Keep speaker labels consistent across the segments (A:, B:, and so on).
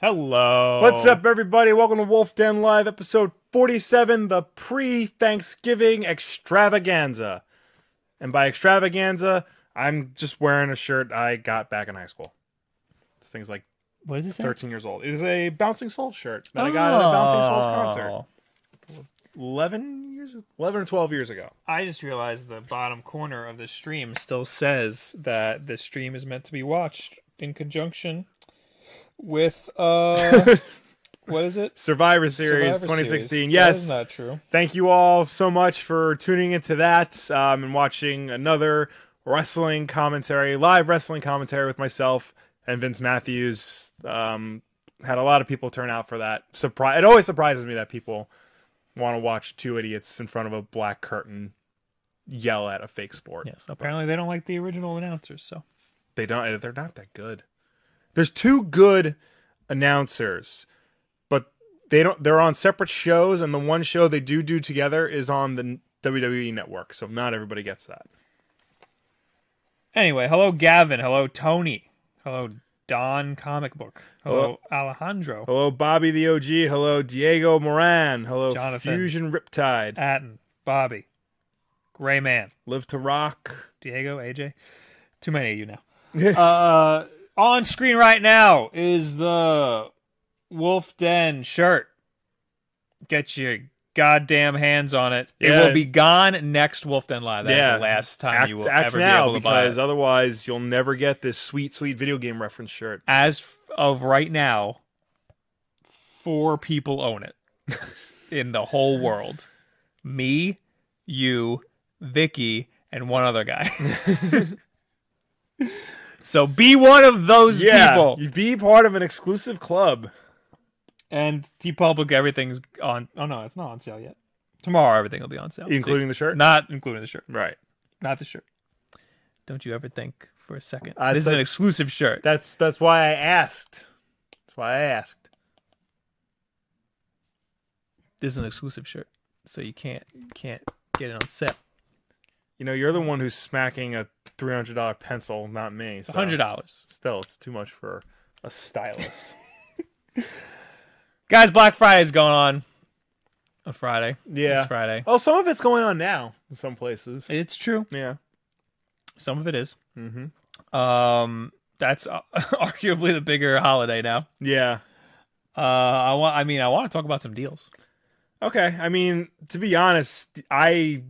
A: Hello.
B: What's up, everybody? Welcome to Wolf Den Live, episode 47, the pre Thanksgiving extravaganza. And by extravaganza, I'm just wearing a shirt I got back in high school. This thing's like
A: What is this?
B: 13 years old. It is a Bouncing Souls shirt that I got at a Bouncing Souls concert
A: Oh.
B: 11 years, 11 or 12 years ago.
A: I just realized the bottom corner of the stream still says that the stream is meant to be watched in conjunction with uh what is it?
B: Survivor Series
A: Survivor
B: 2016.
A: Series. That
B: Yes.
A: is not true.
B: Thank you all so much for tuning into that um, and watching another wrestling commentary, live wrestling commentary with myself and Vince Matthews. Um, had a lot of people turn out for that. Surprise! It always surprises me that people want to watch two idiots in front of a black curtain yell at a fake sport.
A: Yes. Apparently they don't like the original announcers, so
B: They don't. They're not that good. There's two good announcers, but they don't. They're on separate shows, and the one show they do do together is on the WWE Network. So not everybody gets that.
A: Anyway, hello Gavin, hello Tony, hello Don Comic Book, hello, Alejandro,
B: Hello, Bobby the OG. Hello, Diego Moran. Hello,
A: Jonathan.
B: Fusion Riptide.
A: Atten, Bobby, Gray Man,
B: Live to Rock.
A: Diego, AJ. Too many of you now. uh, on screen right now is the Wolf Den shirt. Get your goddamn hands on it. It
B: Yeah.
A: will be gone next Wolf Den Live. That is
B: Yeah.
A: the last time
B: Act,
A: you will
B: act
A: ever be
B: now
A: able to buy
B: because
A: it.
B: otherwise you'll never get this sweet, sweet video game reference shirt.
A: As f- of right now, four people own it in the whole world. Me, you, Vicky, and one other guy. so be one of those people.
B: you be part of an exclusive club.
A: And T Public, everything's on. Oh no, it's not on sale yet. Tomorrow, everything will be on sale,
B: Including the shirt?
A: not including the shirt,
B: Right.
A: not the shirt. Don't you ever think for a second
B: I
A: this is
B: thought-
A: an exclusive shirt?
B: That's that's why I asked. That's why I asked.
A: This is an exclusive shirt, so you can't you can't get it on sale.
B: You know, you're the one who's smacking a three hundred dollar pencil, not me. So.
A: Hundred dollars,
B: Still, it's too much for a stylus.
A: guys. Black Friday's going on on Friday.
B: yeah.
A: it's Friday.
B: Oh, some of it's going on now in some places.
A: It's true.
B: yeah.
A: Some of it is.
B: Mm-hmm.
A: Um, that's uh, arguably the bigger holiday now.
B: Yeah.
A: Uh, I want. I mean, I want to talk about some deals.
B: Okay. I mean, to be honest, I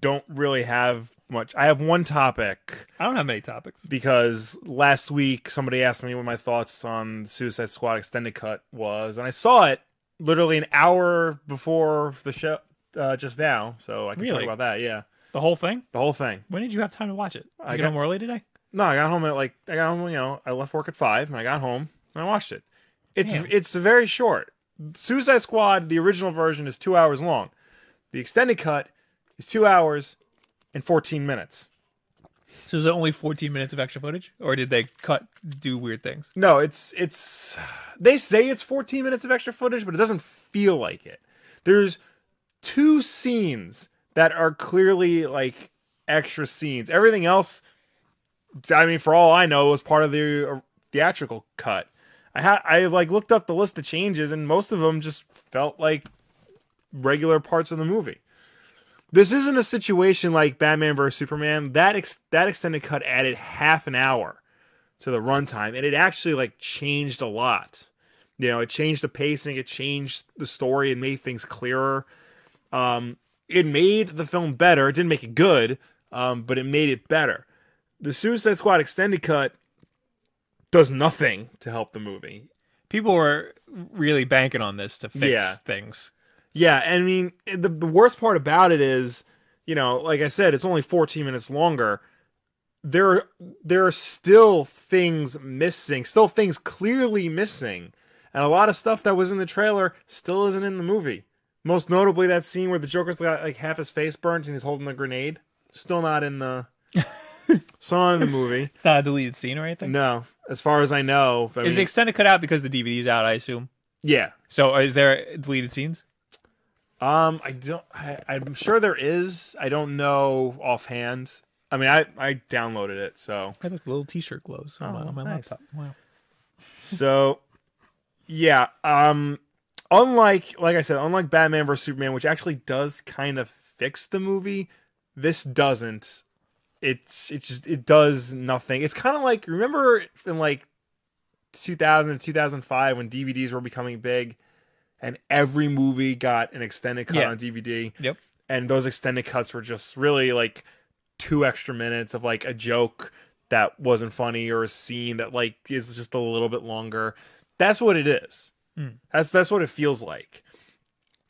B: don't really have much. I have one topic
A: I don't have many topics.
B: because last week somebody asked me what my thoughts on Suicide Squad extended cut was, and I saw it literally an hour before the show uh, just now, so I can
A: Really?
B: talk about that. Yeah,
A: The whole thing.
B: the whole thing.
A: When did you have time to watch it? Did
B: I
A: you get
B: got-
A: home early today?
B: No, I got home at like I got home. You know, I left work at five, and I got home and I watched it. It's
A: Damn.
B: it's very short. Suicide Squad, the original version, is two hours long. The extended cut is two hours and fourteen minutes.
A: So was it only 14 minutes of extra footage, or did they cut do weird things?
B: No, it's it's they say it's 14 minutes of extra footage, but it doesn't feel like it. There's two scenes that are clearly like extra scenes. Everything else I mean for all I know was part of the uh, theatrical cut. I had I like looked up the list of changes and most of them just felt like regular parts of the movie. This isn't a situation like Batman vs Superman. That ex- that extended cut added half an hour to the runtime and it actually like changed a lot you know it changed the pacing it changed the story and made things clearer um it made the film better it didn't make it good um but it made it better the suicide squad extended cut does nothing to help the movie
A: People were really banking on this to fix
B: Yeah.
A: things.
B: yeah and i mean the, the worst part about it is you know like i said it's only 14 minutes longer there there are still things missing, still things clearly missing, and a lot of stuff that was in the trailer still isn't in the movie. Most notably, that scene where the Joker's got like half his face burnt and he's holding the grenade, still not in the, still not in the movie.
A: It's not a deleted scene or anything.
B: No, as far as I know, I
A: is the
B: mean,
A: extended cut out because the DVD's out? I assume.
B: yeah.
A: So uh, is there deleted scenes?
B: Um, I don't. I, I'm sure there is. I don't know offhand. I mean, I I downloaded it, so
A: I have like little T-shirt glows on my,
B: Oh,
A: on my
B: nice.
A: laptop. Wow.
B: So yeah, um unlike like I said, unlike Batman vs Superman, which actually does kind of fix the movie, this doesn't. It's it just it does nothing. It's kind of like remember in like 2000 and 2005 when DVDs were becoming big and every movie got an extended cut
A: Yeah.
B: on DVD.
A: Yep.
B: And those extended cuts were just really like two extra minutes of like a joke that wasn't funny or a scene that like is just a little bit longer. That's what it is.
A: Mm.
B: That's that's what it feels like.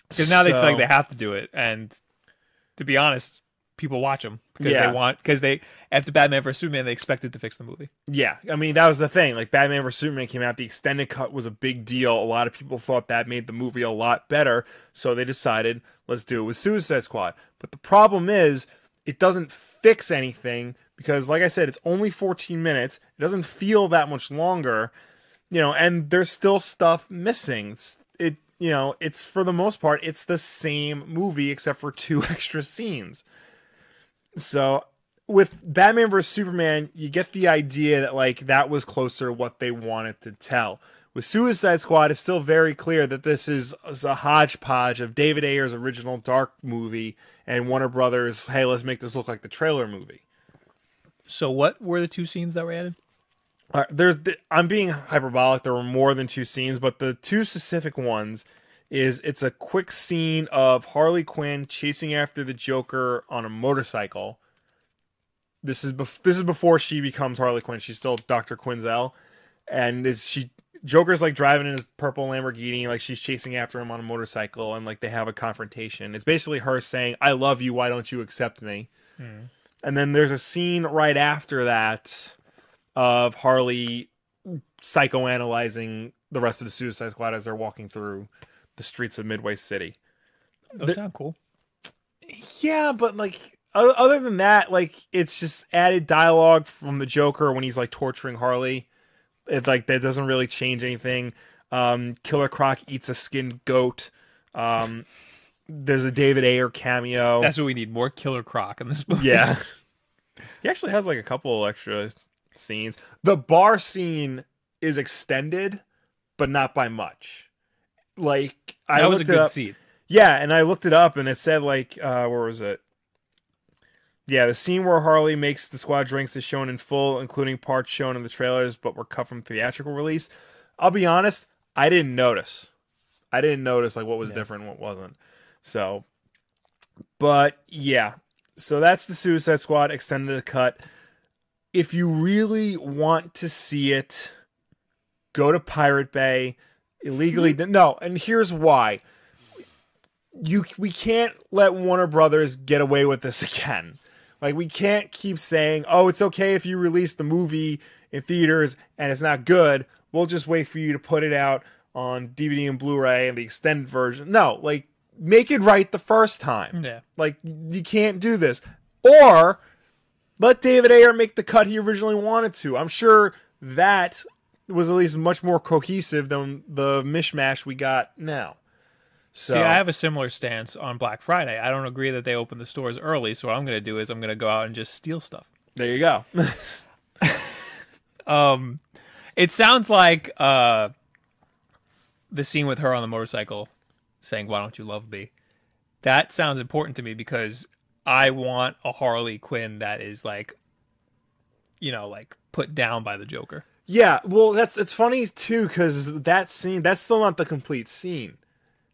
A: Because now they feel like
B: So-
A: they have to do it, and to be honest, people watch them because
B: Yeah.
A: they want because they after Batman vs Superman they expected to fix the movie.
B: Yeah, I mean that was the thing. Like Batman vs Superman came out, the extended cut was a big deal. A lot of people thought that made the movie a lot better, so they decided let's do it with Suicide Squad. But the problem is it doesn't fix anything because like I said it's only 14 minutes. It doesn't feel that much longer, you know, and there's still stuff missing. It's, it you know, it's for the most part it's the same movie except for two extra scenes. So with Batman vs Superman, you get the idea that like that was closer to what they wanted to tell. With Suicide Squad, it's still very clear that this is, is a hodgepodge of David Ayer's original Dark movie and Warner Brothers. Hey, let's make this look like the trailer movie.
A: So what were the two scenes that were added?
B: Uh, there's th- I'm being hyperbolic. There were more than two scenes, but the two specific ones is it's a quick scene of Harley Quinn chasing after the Joker on a motorcycle. This is bef- this is before she becomes Harley Quinn. She's still Doctor Quinzel, and is she Joker's like driving in his purple Lamborghini, like she's chasing after him on a motorcycle, and like they have a confrontation. It's basically her saying, "I love you. Why don't you accept me?" And then there's a scene right after that of Harley psychoanalyzing the rest of the Suicide Squad as they're walking through the streets of Midway City.
A: Those
B: The-
A: sound cool.
B: Yeah, but like o- other than that, like it's just added dialogue from the Joker when he's like torturing Harley. It like that doesn't really change anything. Um, Killer Croc eats a skinned goat. Um, there's a David Ayer cameo.
A: That's what we need more Killer Croc in this movie.
B: Yeah. he actually has like a couple extra s- scenes. The bar scene is extended, but not by much. Like I
A: that was a
B: looked it
A: good
B: up-
A: scene.
B: Yeah, and I looked it up and it said like uh where was it? Yeah, the scene where Harley makes the squad drinks is shown in full, including parts shown in the trailers, but were cut from theatrical release. I'll be honest, I didn't notice. I didn't notice like what was
A: Yeah.
B: different, and what wasn't. So, but yeah, so that's the Suicide Squad extended cut. If you really want to see it, go to Pirate Bay illegally. no, and here's why. You we can't let Warner Brothers get away with this again. Like we can't keep saying, "Oh, it's okay if you release the movie in theaters and it's not good. We'll just wait for you to put it out on DVD and Blu-ray and the extended version." No, like make it right the first time.
A: Yeah.
B: Like you can't do this. Or let David Ayer make the cut he originally wanted to. I'm sure that was at least much more cohesive than the mishmash we got now. So
A: See, I have a similar stance on Black Friday. I don't agree that they open the stores early. So what I'm going to do is I'm going to go out and just steal stuff.
B: there you go.
A: Um, it sounds like uh, the scene with her on the motorcycle saying, "Why don't you love me?" That sounds important to me because I want a Harley Quinn that is like, you know, like put down by the Joker.
B: yeah, well, that's it's funny too because that scene that's still not the complete scene.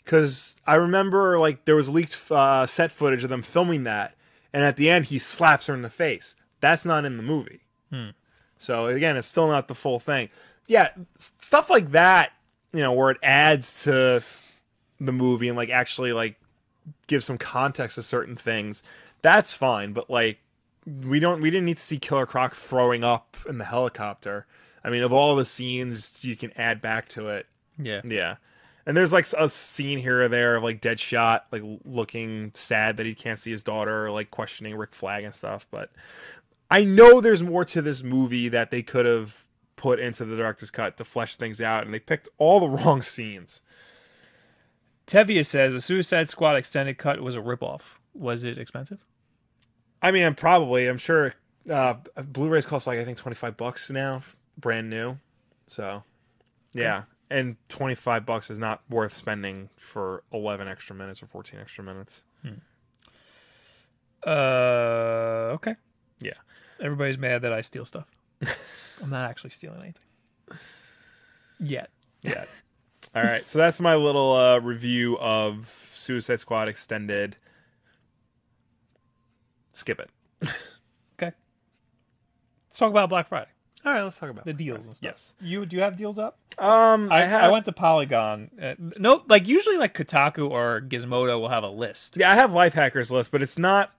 B: Because I remember like there was leaked uh, set footage of them filming that, and at the end he slaps her in the face. That's not in the movie. So again, it's still not the full thing. Yeah, s- stuff like that, you know, where it adds to the movie and like actually like gives some context to certain things. That's fine, but like we don't we didn't need to see Killer Croc throwing up in the helicopter. I mean, of all the scenes you can add back to it,
A: Yeah,
B: yeah. And there's like a scene here or there of like Deadshot like looking sad that he can't see his daughter, or, like questioning Rick Flag and stuff. But I know there's more to this movie that they could have put into the director's cut to flesh things out, and they picked all the wrong scenes.
A: Tevia says the Suicide Squad extended cut was a ripoff. Was it expensive?
B: I mean, probably I'm sure uh, Blu-rays cost like I think 25 bucks now, brand new. So yeah, and 25 bucks is not worth spending for 11 extra minutes or 14 extra minutes.
A: Uh, okay.
B: Yeah.
A: Everybody's mad that I steal stuff. I'm not actually stealing anything. Yet.
B: Yeah. All right. So that's my little uh, review of Suicide Squad Extended. Skip it.
A: Okay. Let's talk about Black Friday.
B: All right. Let's talk about
A: The deals and stuff.
B: Oh Yes.
A: You do you have deals up?
B: Um,
A: I,
B: I,
A: I,
B: have,
A: went to Polygon. Uh, no, like usually like Kotaku or Gizmodo will have a list.
B: Yeah, I have Life Hackers list, but it's not,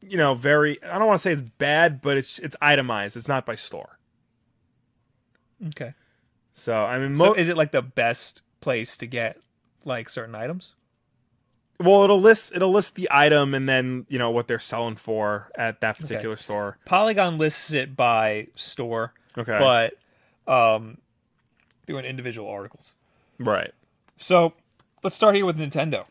B: you know, very. I don't want to say it's bad, but it's it's itemized. It's not by store.
A: Okay.
B: So I mean,
A: So
B: mo-
A: is it like the best place to get like certain items?
B: well, it'll list it'll list the item and then you know what they're selling for at that particular store.
A: Polygon lists it by store,
B: Okay.
A: but um doing individual articles.
B: right.
A: So let's start here with Nintendo.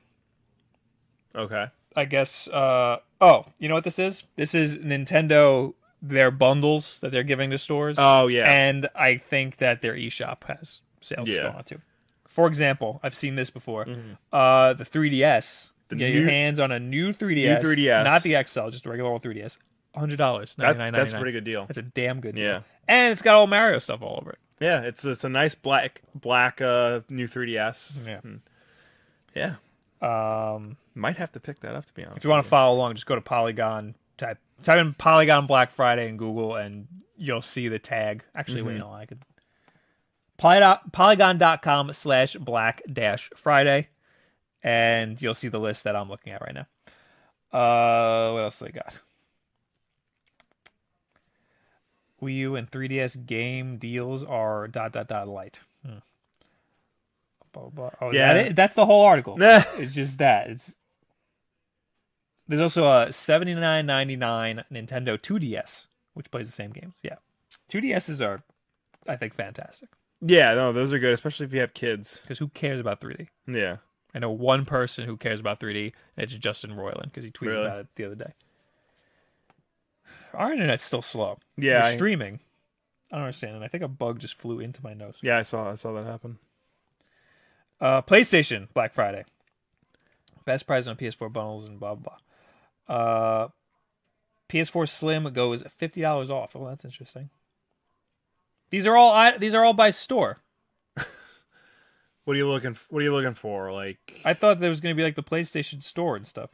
B: Okay.
A: I guess. Uh, oh, you know what this is? This is Nintendo. Their bundles that they're giving to stores.
B: Oh, yeah.
A: and I think that their eShop has sales
B: Yeah. Mm-hmm.
A: going on too. For example, I've seen this before. Uh, the 3DS.
B: The
A: Get
B: new-
A: your hands on a new 3DS.
B: 3DS.
A: not the XL, just a regular old 3DS. Hundred dollars.
B: That, that's a pretty good deal.
A: That's a damn good. deal.
B: Yeah.
A: and it's got old Mario stuff all over it.
B: Yeah, it's it's a nice black black uh new 3DS.
A: Yeah.
B: And- yeah.
A: Um,
B: Might have to pick that up to be honest.
A: if you want to follow along, just go to Polygon. Type type in Polygon Black Friday in Google, and you'll see the tag. Actually, wait, no, I could. Poly- Polygon.com slash Black dash Friday, and you'll see the list that I'm looking at right now. Uh, what else they got? Wii U and 3DS game deals are dot dot dot light. Hmm. Blah, blah, blah. Oh, yeah,
B: Yeah.
A: that it? that's the whole article.
B: Nah.
A: it's just that it's there's also a 79.99 Nintendo 2DS which plays the same games. Yeah. 2DSs are I think fantastic
B: Yeah, no, those are good, especially if you have kids.
A: cuz who cares about 3D?
B: Yeah.
A: I know one person who cares about 3D and it's Justin Roiland cuz he tweeted
B: Really?
A: about it the other day. Our internet's still slow.
B: Yeah,
A: We're
B: I-
A: streaming. I don't understand and I think a bug just flew into my nose.
B: Yeah, I saw I saw that happen.
A: Uh, PlayStation Black Friday. Best price on PS4 bundles and blah blah. blah. Uh, PS4 Slim goes fifty dollars off. Oh, that's interesting. These are all I, these are all by store.
B: What are you looking f- what are you looking for? Like
A: I thought there was going to be like the PlayStation Store and stuff,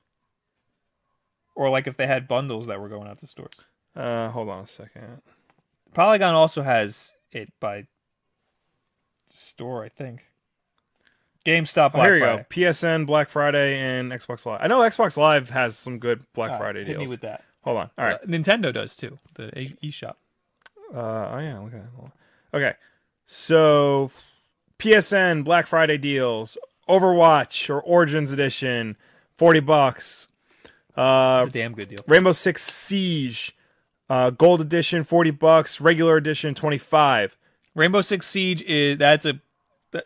A: or like if they had bundles that were going out to stores.
B: uh hold on a second.
A: Polygon also has it by store, I think. GameStop
B: Oh,
A: Black
B: here you
A: Friday.
B: go. PSN, Black Friday, and Xbox Live. I know Xbox Live has some good Black
A: All right,
B: Friday
A: hit me
B: deals.
A: with that.
B: Hold on. All right.
A: Uh, Nintendo does too. The e- eShop.
B: Uh, oh yeah, look at that. Hold on. Okay, so PSN Black Friday deals, Overwatch or Origins Edition, forty bucks. Uh,
A: It's a damn good deal.
B: Rainbow Six Siege, uh, Gold Edition forty bucks, regular edition twenty five.
A: Rainbow Six Siege is that's a that,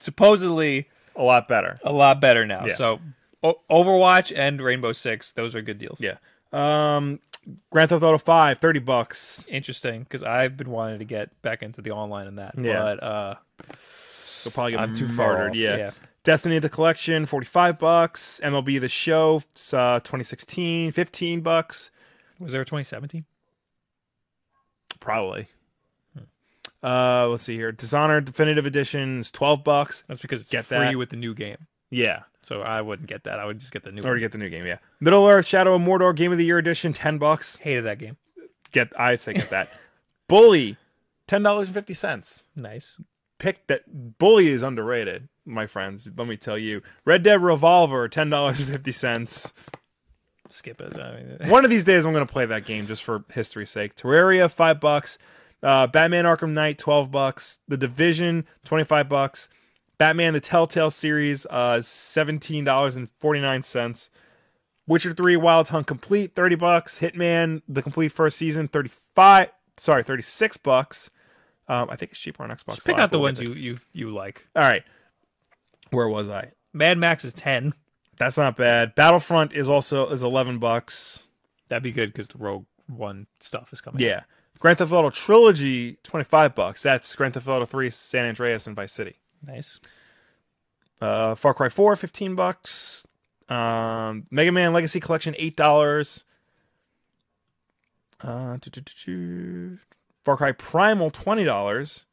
A: supposedly
B: A lot better.
A: a lot better now.
B: Yeah.
A: So o- Overwatch and Rainbow Six, those are good deals.
B: Yeah. Um, Grand Theft Auto 5, 30 bucks.
A: Interesting because I've been wanting to get back into the online and that,
B: Yeah.
A: but uh,
B: You'll probably get
A: I'm too far
B: murdered.
A: off,
B: Yeah.
A: yeah.
B: Destiny the Collection, 45 bucks. MLB the Show, uh, 2016, 15 bucks.
A: was there a 2017?
B: Probably. Hmm. Uh, let's see here. Dishonored Definitive Edition is twelve bucks.
A: That's because it's
B: Get
A: free
B: that.
A: with the new game,
B: Yeah,
A: so I wouldn't get that. I would just get the new.
B: or to
A: One.
B: get the new game. Yeah, Middle Earth Shadow of Mordor Game of the Year Edition, ten bucks.
A: Hated that game.
B: Get, I'd say get that. Bully, ten dollars and fifty cents.
A: Nice.
B: Pick that. Bully is underrated, my friends. Let me tell you. Red Dead Revolver, ten dollars and fifty cents.
A: Skip it. I mean,
B: One of these days, I'm gonna play that game just for history's sake. Terraria, five bucks. Uh, Batman Arkham Knight, twelve bucks. The Division, twenty-five bucks. Batman: The Telltale Series, uh, seventeen dollars and forty-nine cents. Witcher Three: Wild Hunt Complete, thirty bucks. Hitman: The Complete First Season, thirty-five. Sorry, thirty-six bucks. Um, I think it's cheaper on Xbox.
A: just pick
B: Live,
A: out the
B: but we'll
A: ones
B: get
A: you you you like.
B: there. All right. Where was I?
A: Mad Max is 10.
B: That's not bad. Battlefront is also is eleven bucks.
A: That'd be good because the Rogue One stuff is coming.
B: Yeah. Grand Theft Auto Trilogy, 25 bucks. That's Grand Theft Auto 3, San Andreas, and Vice City.
A: Nice.
B: Uh, Far Cry 4, 15 bucks. Um, Mega Man Legacy Collection, $8. Uh, do, do, do, do. Far Cry Primal, $20.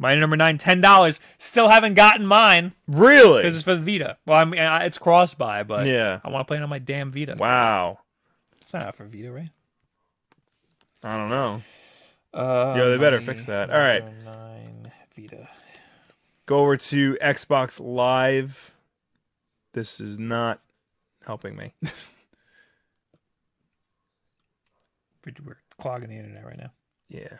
A: My number nine, ten dollars. Still haven't gotten mine
B: Really?
A: because it's for the Vita. Well, I mean, I- it's cross by, but
B: Yeah.
A: I want to play it on my damn Vita.
B: Wow.
A: It's not out for Vita, right?
B: I don't know.
A: Uh,
B: Yeah, they better fix that. All right.
A: number Nine Vita.
B: Go over to Xbox Live. This is not helping me.
A: We're clogging the internet right now.
B: yeah.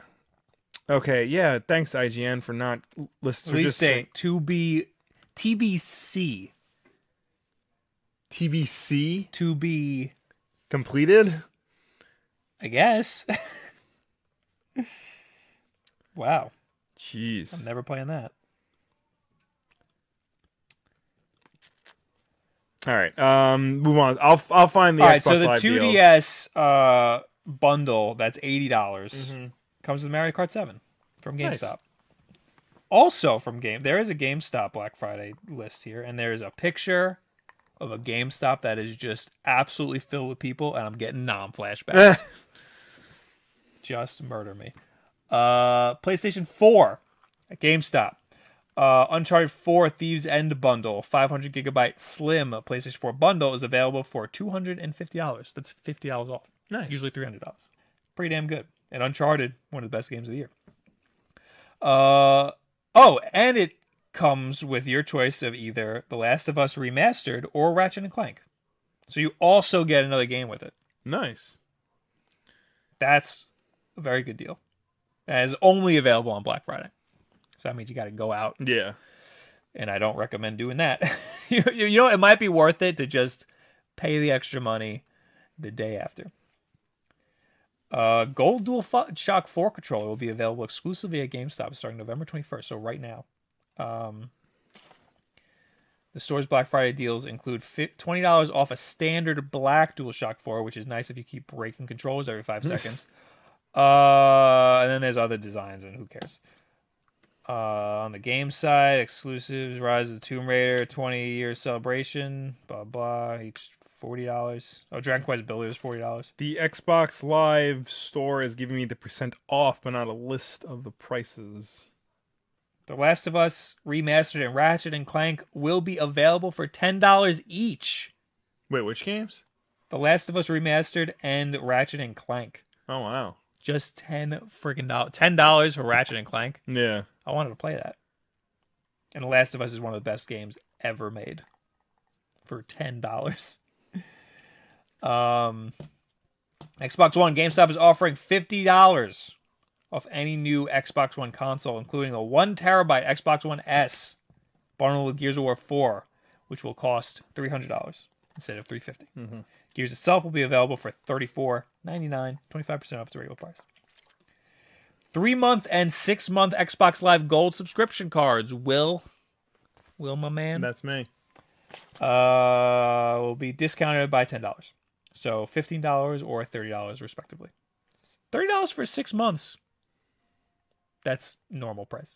B: Okay. Yeah. Thanks, IGN, for not listening.
A: Release date to be TBC
B: TBC
A: to be.
B: completed.
A: I guess. wow, I'm
B: Jeez.
A: never playing that.
B: All right. Um. Move on. I'll I'll find the
A: All
B: Xbox
A: right, so the
B: Live deals.
A: 2DS uh, bundle that's eighty dollars comes with Mario Kart Seven from GameStop.
B: Mm-hmm. Nice.
A: Also from Game, there is a GameStop Black Friday list here, and there is a picture of a GameStop that is just absolutely filled with people, and I'm getting nom flashbacks. just murder me. Uh, PlayStation 4 at GameStop. Uh, Uncharted 4 Thieves End bundle, 500 gigabyte slim PlayStation 4 bundle is available for $250. That's $50 off.
B: Nice.
A: Usually $300. Pretty damn good. And Uncharted, one of the best games of the year. Uh, oh, and it comes with your choice of either The Last of Us Remastered or Ratchet and Clank. So you also get another game with it.
B: nice.
A: That's a very good deal. That is only available on Black Friday. So that means you got to go out,
B: Yeah.
A: and I don't recommend doing that. you, you you know, it might be worth it to just pay the extra money the day after. Uh, Gold Dual Fu- Shock 4 controller will be available exclusively at GameStop starting November 21st, so right now. Um, the store's Black Friday deals include fi- $20 off a standard black DualShock 4, which is nice if you keep breaking controllers every five seconds. Uh, and then there's other designs, and who cares? Uh, on the game side, exclusives: Rise of the Tomb Raider, 20 year celebration, blah blah. Each forty dollars. Oh, Dragon Quest Builders, forty dollars.
B: The Xbox Live store is giving me the percent off, but not a list of the prices.
A: The Last of Us remastered and Ratchet and Clank will be available for ten dollars each.
B: Wait, which games?
A: The Last of Us remastered and Ratchet and Clank,
B: Oh wow.
A: just ten freaking dollars. Ten dollars for Ratchet and Clank.
B: Yeah.
A: I wanted to play that. And The Last of Us is one of the best games ever made for ten dollars. Um, Xbox One GameStop is offering fifty dollars off any new Xbox One console, including a one terabyte Xbox One S bundled with Gears of War Four, which will cost three hundred dollars instead of three fifty. dollars Gears itself will be available for thirty four ninety nine, twenty five percent off the regular price. Three month and six month Xbox Live Gold subscription cards will, will my man,
B: That's me.
A: uh, will be discounted by ten dollars, so fifteen dollars or thirty dollars respectively. Thirty dollars for six months. That's normal price.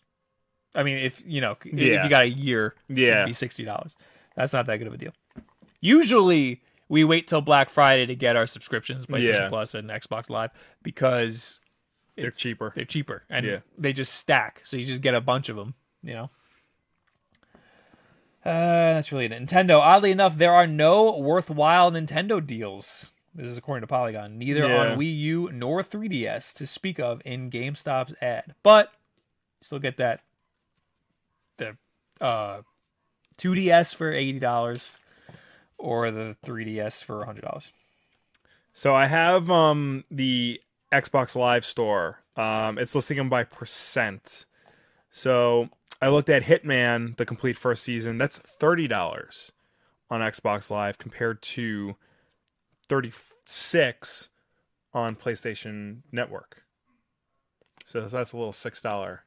A: I mean, if you know, if
B: Yeah.
A: you got a year,
B: Yeah.
A: it'd be sixty dollars. That's not that good of a deal. Usually, we wait till Black Friday to get our subscriptions, PlayStation
B: Yeah.
A: Plus and Xbox Live, because
B: They're
A: it's-
B: cheaper.
A: They're cheaper, and
B: Yeah.
A: they just stack. So you just get a bunch of them. You know. Uh, that's really it. Nintendo. Oddly enough, there are no worthwhile Nintendo deals. This is according to Polygon. Neither
B: Yeah.
A: on Wii U nor 3DS to speak of in GameStop's ad, but you still get that the uh 2DS for eighty dollars or the 3DS for hundred dollars.
B: So I have um the Xbox Live store. Um, it's listing them by percent. So I looked at Hitman, the complete first season. That's thirty dollars on Xbox Live compared to thirty six on PlayStation Network. So that's a little six dollar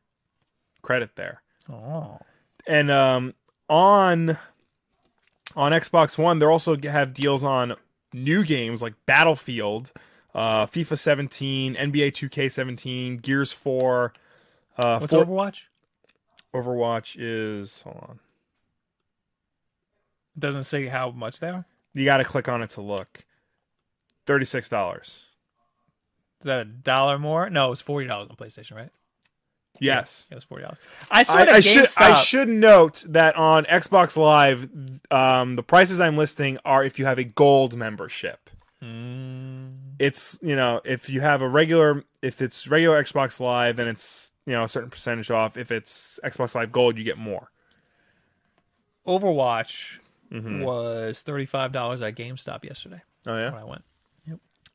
B: credit there
A: Oh,
B: and um, on on Xbox One, they also have deals on new games like Battlefield, uh, FIFA 17, NBA 2K 17, Gears 4. Uh,
A: What's
B: For-
A: Overwatch?
B: Overwatch is hold on.
A: It doesn't say how much they are.
B: You got to click on it to look. Thirty six dollars.
A: Is that a dollar more? No, it was forty dollars on PlayStation, right?
B: Yes.
A: It was forty dollars. I saw
B: I,
A: it at
B: I should I
A: GameStop.
B: should note that on Xbox Live, um, the prices I'm listing are if you have a gold membership.
A: Mm,
B: It's you know if you have a regular if it's regular Xbox Live then it's you know a certain percentage off. If it's Xbox Live Gold, you get more.
A: Overwatch
B: Mm-hmm.
A: was thirty five dollars at GameStop yesterday
B: Oh
A: when I went.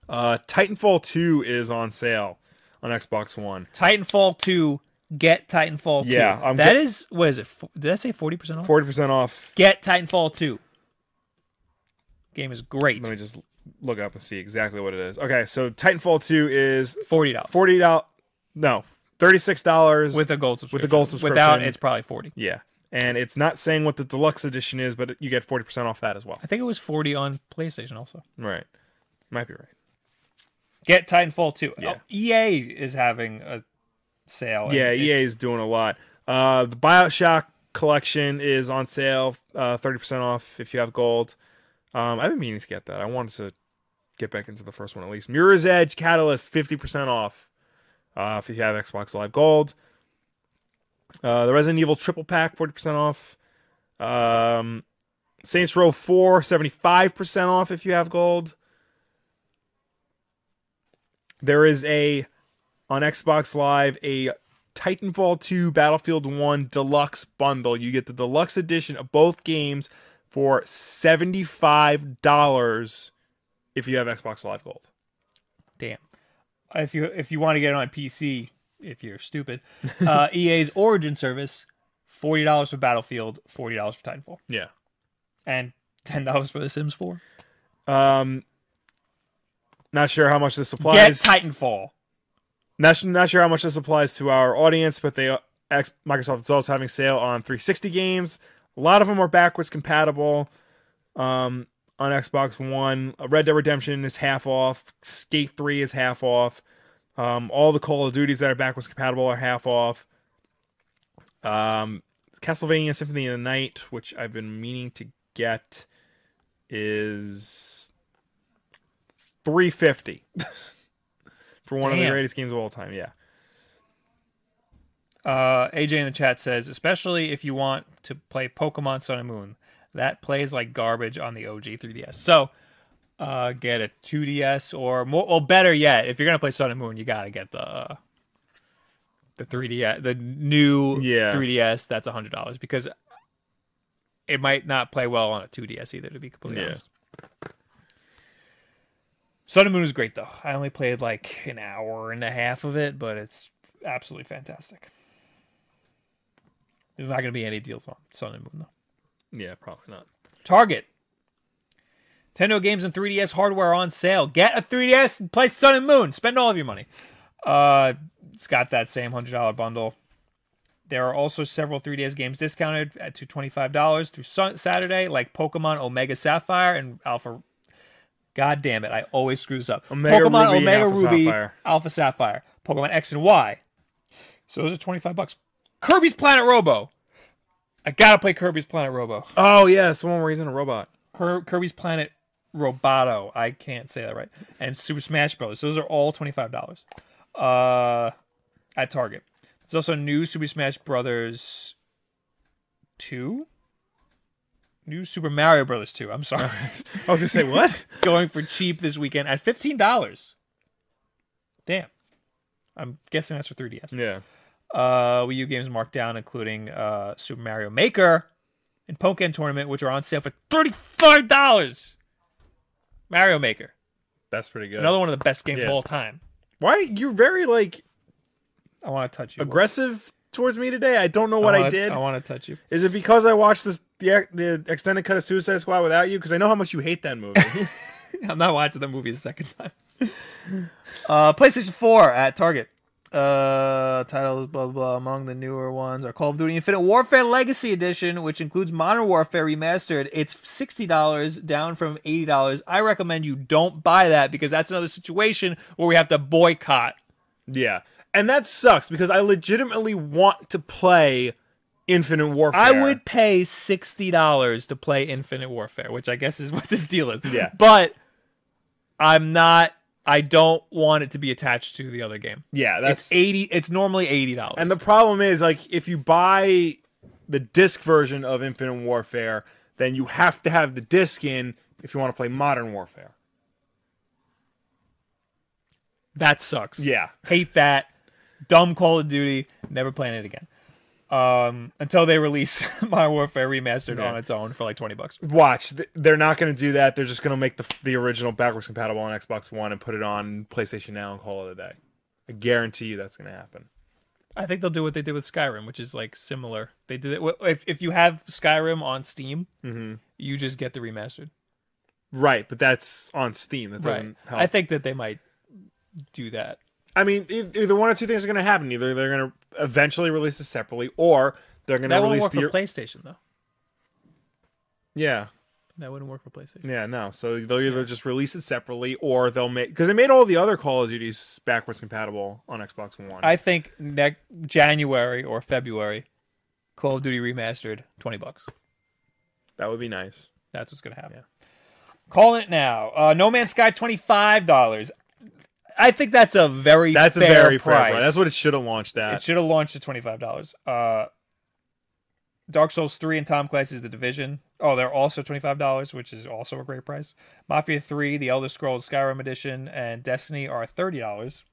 B: Uh, Titanfall Two is on sale on Xbox One.
A: Titanfall two. Get Titanfall 2.
B: Yeah, I'm
A: That
B: go-
A: is- what is it? Fo- Did I say 40% off?
B: Forty percent off.
A: Get Titanfall 2. Game is great.
B: Let me just look up and see exactly what it is. Okay, so Titanfall 2 is
A: $40
B: forty dollars. No, thirty six dollars
A: with a gold subscription.
B: with a gold
A: Without
B: subscription.
A: it's probably 40.
B: yeah, and it's not saying what the deluxe edition is, but you get forty percent off that as well.
A: I think it was 40 on PlayStation also.
B: Right, might be right.
A: Get Titanfall 2.
B: Yeah.
A: Oh, EA is having a sale. and
B: Yeah,
A: it-
B: EA is doing a lot. Uh, the Bioshock collection is on sale, uh, thirty percent off if you have gold. Um, I've been meaning to get that. I wanted to get back into the first one at least. Mirror's Edge Catalyst fifty percent off uh, if you have Xbox Live Gold. Uh, the Resident Evil Triple Pack forty percent off. Um, Saints Row 4 75 percent off if you have gold. There is a on Xbox Live a Titanfall 2 Battlefield 1 Deluxe bundle. You get the deluxe edition of both games for $75 if you have Xbox Live Gold.
A: Damn. If you if you want to get it on PC, if you're stupid, uh, EA's Origin service, forty dollars for Battlefield, forty dollars for Titanfall,
B: Yeah.
A: and ten dollars for The Sims Four.
B: Um not sure how much this
A: Get
B: applies.
A: Titanfall.
B: not, su- not sure how much this applies to our audience, but they X, Microsoft is also having sale on 360 games. A lot of them are backwards compatible. Um, on Xbox One, Uh, Red Dead Redemption is half off. Skate 3 is half off. Um, all the Call of Duties that are backwards compatible are half off. Um, Castlevania Symphony of the Night, which I've been meaning to get, is 350 for one of the
A: Damn.
B: greatest games of all time. Yeah.
A: Uh, AJ in the chat says, especially if you want to play Pokemon Sun and Moon, that plays like garbage on the OG 3DS. So uh, get a 2DS or more, well, better yet, if you're gonna play Sun and Moon, you gotta get the uh, the 3DS, the new
B: Yeah.
A: 3DS. That's hundred dollars because it might not play well on a 2DS either. To be completely
B: Yeah.
A: honest. Sun and Moon is great though. I only played like an hour and a half of it, but it's absolutely fantastic. There's not going to be any deals on Sun and Moon though.
B: Yeah, probably not.
A: Target. Nintendo games and 3DS hardware on sale. Get a 3DS and play Sun and Moon. Spend all of your money. Uh, it's got that same $100 bundle. There are also several 3DS games discounted at to $25 through sun- Saturday, like Pokemon Omega Sapphire and Alpha. God damn it, I always screw this up.
B: Omega
A: Pokemon
B: Ruby and
A: Omega
B: Alpha
A: Ruby,
B: Sapphire.
A: Alpha Sapphire, Pokemon X and Y. So those are 25 bucks. Kirby's Planet Robo. I gotta play Kirby's Planet Robo.
B: Oh, yeah, it's the one where he's in a robot.
A: Kir- Kirby's Planet Roboto. I can't say that right. And Super Smash Bros. Those are all twenty five dollars uh, at Target. There's also new Super Smash Brothers two. New Super Mario Brothers two. I'm sorry,
B: I was going to say, what?
A: going for cheap this weekend at fifteen dollars. Damn, I'm guessing that's for 3ds.
B: yeah.
A: Uh, Wii U games marked down, including uh, Super Mario Maker and Pokemon Tournament, which are on sale for thirty-five dollars. Mario Maker,
B: That's pretty good.
A: another one of the best games
B: Yeah.
A: of all time.
B: Why you're very like
A: I want to touch you.
B: aggressive towards me today? I don't know what
A: Oh, I,
B: I,
A: wanna-
B: did.
A: I want to touch you.
B: Is it because I watched this the the extended cut of Suicide Squad without you? Because I know how much you hate that movie.
A: I'm not watching the movie a second time. uh, PlayStation Four at Target. uh titles blah blah blah, among the newer ones are Call of Duty Infinite Warfare Legacy Edition, which includes Modern Warfare Remastered. It's sixty dollars down from eighty dollars. I recommend you don't buy that because that's another situation where we have to boycott.
B: Yeah. And that sucks because I legitimately want to play Infinite Warfare.
A: I would pay sixty dollars to play Infinite Warfare, which I guess is what this deal is.
B: Yeah.
A: But I'm not I don't want it to be attached to the other game.
B: Yeah, that's
A: it's eighty it's normally eighty dollars.
B: And the problem is, like, if you buy the disc version of Infinite Warfare, then you have to have the disc in if you want to play Modern Warfare.
A: that sucks.
B: Yeah.
A: Hate that. Dumb Call of Duty. Never playing it again. Um, until they release Modern Warfare Remastered
B: Yeah.
A: on its own for like twenty bucks.
B: Watch, th- they're not going to do that. They're just going to make the the original backwards compatible on Xbox One and put it on PlayStation Now and call it a day. I guarantee you that's going to happen.
A: I think they'll do what they did with Skyrim, which is like similar. They did it if if you have Skyrim on Steam,
B: Mm-hmm.
A: you just get the remastered.
B: Right, but that's on Steam. That doesn't
A: Right.
B: help.
A: I think that they might do that.
B: I mean, e- either one or two things are going to happen. Either they're going to eventually release it separately, or they're going to
A: That wouldn't
B: release
A: work for
B: the
A: PlayStation though.
B: yeah.
A: That wouldn't work for PlayStation.
B: Yeah, no. So they'll either just release it separately, or they'll make because they made all the other Call of Duties backwards compatible on Xbox One.
A: I think next January or February, Call of Duty remastered, twenty bucks.
B: that would be nice.
A: That's what's gonna happen.
B: Yeah.
A: Call it now. Uh, no Man's Sky, twenty five dollars. I think that's a very
B: That's a
A: fair
B: very fair
A: price.
B: price. That's what it should have launched
A: it
B: at.
A: should have launched at twenty five dollars. Uh, Dark Souls three and Tom Clancy's The Division. Oh, they're also twenty five dollars, which is also a great price. Mafia three, The Elder Scrolls Skyrim Edition, and Destiny are thirty dollars.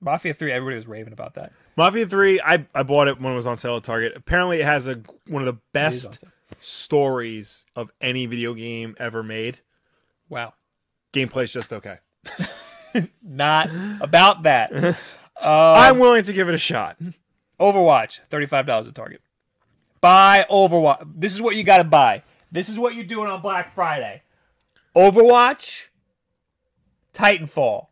A: Mafia three, everybody was raving about that.
B: Mafia Three. I I bought it when it was on sale at Target. Apparently, it has a one of the
A: It is on
B: best
A: sale.
B: stories of any video game ever made.
A: Wow.
B: Gameplay's just okay.
A: Not about that. Um,
B: I'm willing to give it a shot.
A: Overwatch, thirty-five dollars at Target. Buy Overwatch. This is what you got to buy. This is what you're doing on Black Friday. Overwatch, Titanfall.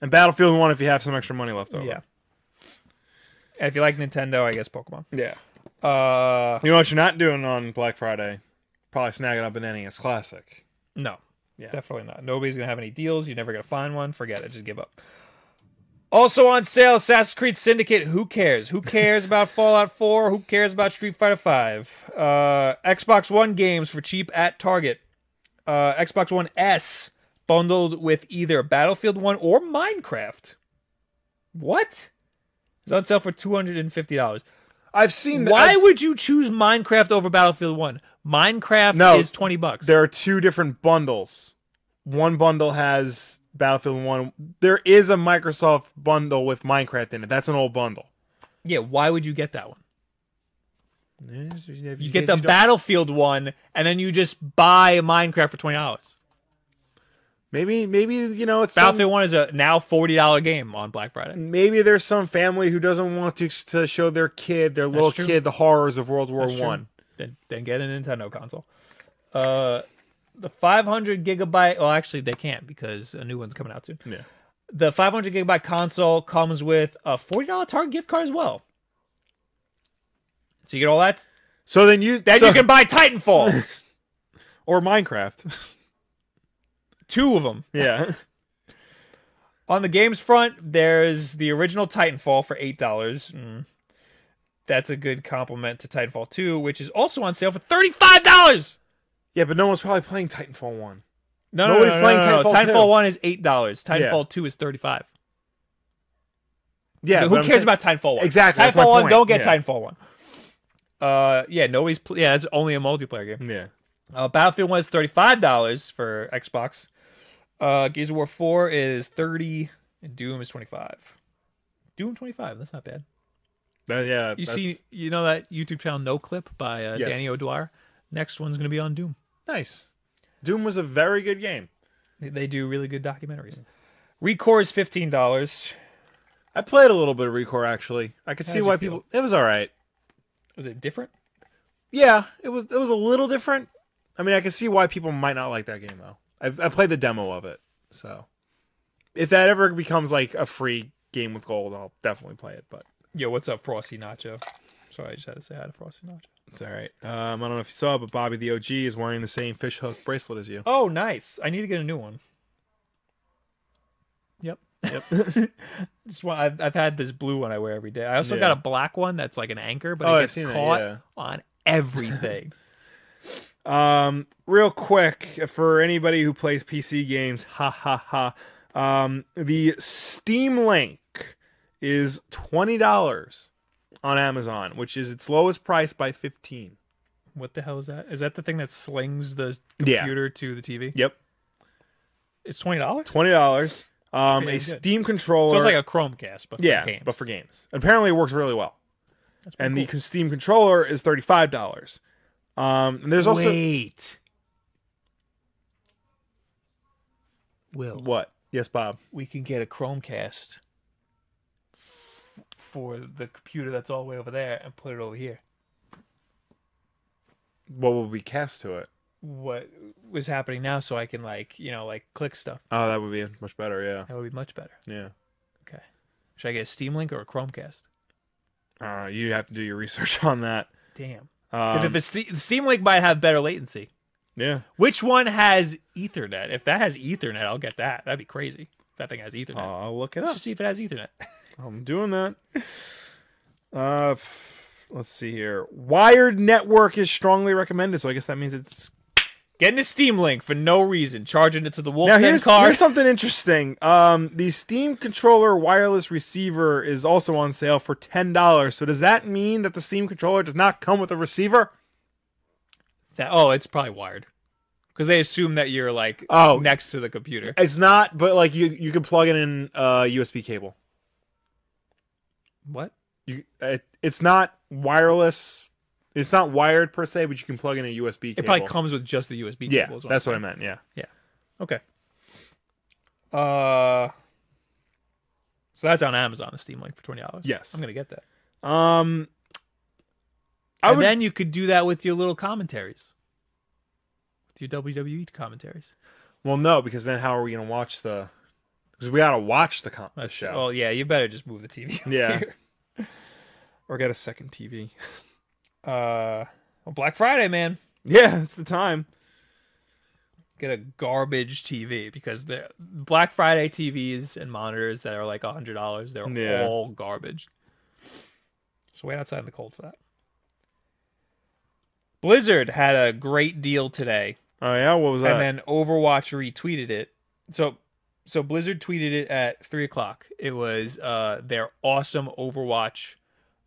B: And Battlefield One, if you have some extra money left over.
A: Yeah. And if you like Nintendo, I guess Pokemon.
B: yeah.
A: Uh,
B: You know what you're not doing on Black Friday? Probably snagging up an NES Classic.
A: no,
B: Yeah.
A: definitely not. Nobody's gonna have any deals. You're never gonna find one. Forget it. Just give up. Also on sale, Assassin's Creed Syndicate. Who cares? Who cares about Fallout 4? Who cares about Street Fighter 5? Uh, Xbox One games for cheap at Target. Uh, Xbox One S bundled with either Battlefield 1 or Minecraft. What? It's on sale for $250.
B: I've seen. that.
A: Why would you choose Minecraft over Battlefield 1? Minecraft
B: No,
A: is 20 bucks.
B: there are two different bundles. One bundle has Battlefield 1. There is a Microsoft bundle with Minecraft in it. That's an old bundle.
A: Yeah, why would you get that one?
B: You
A: You get the Battlefield one and then you just buy Minecraft for $20.
B: Maybe maybe you know it's some, Mm,
A: Battlefield 1 is a now $40 game on Black Friday.
B: maybe there's some family who doesn't want to to show their kid, their little
A: true.
B: kid the horrors of World War
A: That's true.
B: 1.
A: Then then get a Nintendo console. Uh the 500 gigabyte, well actually they can't because a new one's coming out soon.
B: Yeah.
A: The 500 gigabyte console comes with a $40 Target gift card as well. So you get all that
B: So then you
A: Then
B: so-
A: you can buy Titanfall.
B: or Minecraft.
A: Two of them.
B: yeah.
A: On the games front, there's the original Titanfall for $8. Mm. That's a good compliment to Titanfall 2, which is also on sale for $35.
B: Yeah, but no one's probably playing Titanfall 1.
A: No,
B: Nobody's playing Titanfall 2.
A: Titanfall 1 is $8. Titanfall
B: Yeah.
A: 2 is 35.
B: Yeah,
A: Who
B: but I'm
A: cares
B: saying-
A: about Titanfall 1?
B: Exactly, that's my
A: Titanfall 1,
B: point.
A: don't get
B: Yeah.
A: Titanfall 1. Uh, yeah, nobody's pl- yeah, it's only a multiplayer game.
B: Yeah.
A: Uh, Battlefield 1 is $35 for Xbox. Uh, Gears of War 4 is 30 and Doom is 25. Doom 25, that's not bad.
B: That- yeah.
A: You
B: that's-
A: see you know that YouTube channel No Clip by uh,
B: Yes.
A: Danny O'Dwyer? Next one's going to be on Doom.
B: nice. Doom was a very good game.
A: They, they do really good documentaries. Recore is $15.
B: I played a little bit of Recore actually. I could see
A: did
B: why
A: you feel?
B: people. It was all right.
A: Was it different?
B: Yeah, it was. It was a little different. I mean, I can see why people might not like that game though. I, I played the demo of it, so if that ever becomes like a free game with gold, I'll definitely play it. But
A: Yo, what's up, Frosty Nacho? Sorry, I just had to say hi to Frosty Nacho.
B: it's all right. Um, I don't know if you saw, but Bobby the OG is wearing the same fishhook bracelet as you.
A: Oh, nice. I need to get a new one. Yep. Yep. Just one, I've, I've had this blue one I wear every day. I also
B: Yeah.
A: got a black one that's like an anchor, but
B: Oh, I've
A: it gets
B: seen that,
A: caught
B: yeah.
A: on everything.
B: Um, real quick for anybody who plays PC games, ha ha ha. Um, the Steam Link is twenty dollars on Amazon, which is its lowest price by fifteen.
A: what the hell is that? Is that the thing that slings the
B: Yeah.
A: computer to the TV?
B: Yep,
A: It's twenty dollars.
B: twenty dollars. Um,
A: Pretty
B: a
A: good.
B: Steam controller.
A: So it's like a Chromecast, but for
B: yeah,
A: games.
B: but for games. Apparently, it works really well.
A: That's pretty
B: And
A: cool.
B: the Steam controller is thirty five dollars. Um, and there's also
A: wait. Will
B: what? Yes, Bob.
A: we can get a Chromecast f- for the computer that's all the way over there and put it over here.
B: What will we cast to it?
A: What was happening now? So I can like you know like click stuff.
B: Oh, that would be much better. Yeah,
A: That would be much better.
B: yeah.
A: Okay. Should I get a Steam Link or a Chromecast?
B: Uh, you have to do your research on that.
A: Damn. Because
B: Um,
A: if the Ste- Steam Link might have better latency.
B: yeah.
A: Which one has Ethernet? If that has Ethernet, I'll get that. That'd be crazy. If that thing has Ethernet.
B: I'll look it
A: Let's
B: up.
A: just see if it has Ethernet.
B: I'm doing that. Uh, f- let's see here. Wired network is strongly recommended, so I guess that means it's.
A: Getting a Steam Link for no reason, charging it to the
B: Now
A: Wolfden
B: here's,
A: car.
B: here's something interesting. Um, the Steam controller wireless receiver is also on sale for ten dollars. So does that mean that the Steam controller does not come with a receiver?
A: That- oh, it's probably wired. Because they assume that you're like
B: Oh.
A: next to the computer.
B: It's not, but like you, you can plug it in uh, USB cable.
A: What?
B: You, it, it's not wireless. It's not wired per se, but you can plug in a USB
A: It
B: cable.
A: probably comes with just the USB
B: yeah,
A: cable. is
B: that's
A: I'm
B: what I meant. Yeah.
A: Okay. Uh, so that's on Amazon, the Steam Link for twenty dollars.
B: Yes.
A: I'm gonna get that.
B: Um, I
A: and
B: would-
A: then you could do that with your little commentaries, with your WWE commentaries.
B: well, no, because then how are we gonna watch the? Because we gotta watch the, con- the
A: That's-
B: show.
A: Well, yeah, you better just move the TV. over
B: Yeah.
A: here.
B: or get a second TV.
A: Uh, well, Black Friday, man,
B: yeah, it's the time.
A: get a garbage TV because the Black Friday TVs and monitors that are like hundred dollars, they're
B: Yeah.
A: all garbage. So wait outside in the cold for that. Blizzard had a great deal today.
B: Oh yeah, what was
A: and
B: that?
A: then Overwatch retweeted it. So so Blizzard tweeted it at three o'clock. It was uh their awesome Overwatch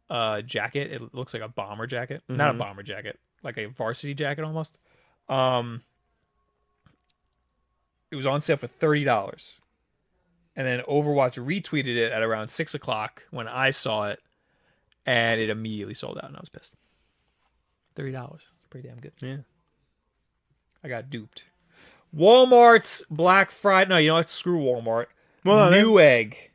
A: uh jacket. It looks like a bomber jacket.
B: Mm-hmm.
A: Not a bomber jacket, like a varsity jacket almost. Um it was on sale for thirty dollars. And then Overwatch retweeted it at around six o'clock when I saw it and it immediately sold out and I was pissed. Thirty dollars. Pretty damn good.
B: yeah.
A: I got duped. Walmart's Black Friday. No, you know what? Screw Walmart.
B: Well, no,
A: Newegg. egg.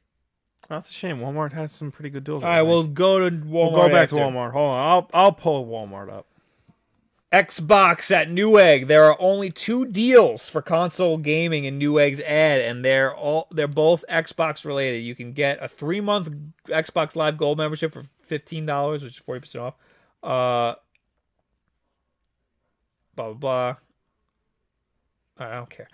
B: that's a shame. Walmart has some pretty good deals.
A: All right, we'll go to Walmart.
B: we'll go back
A: after.
B: to Walmart. Hold on, I'll I'll pull Walmart up.
A: Xbox at Newegg. There are only two deals for console gaming in Newegg's ad, and they're all they're both Xbox related. You can get a three month Xbox Live Gold membership for fifteen dollars, which is forty percent off. Uh, blah blah blah. I don't care.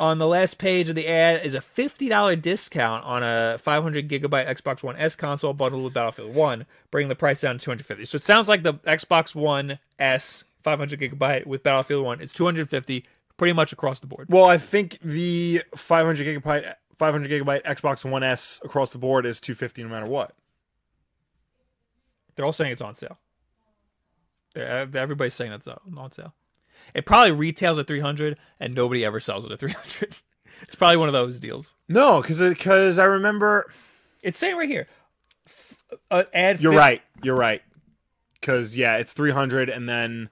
A: on the last page of the ad is a fifty dollar discount on a five hundred gigabyte Xbox One S console bundled with Battlefield One, bringing the price down to two hundred fifty. So it sounds like the Xbox One S five hundred gigabyte with Battlefield One is two hundred fifty, pretty much across the board.
B: Well, I think the 500 gigabyte 500 gigabyte Xbox One S across the board is 250 no matter what.
A: They're all saying it's on sale. They're, everybody's saying that's on on sale. It probably retails at three hundred, and nobody ever sells it at three hundred. it's probably one of those deals.
B: No, because because I remember.
A: It's saying right here, f- uh, ad.
B: You're
A: fif-
B: right. You're right. Because yeah, it's 300, and then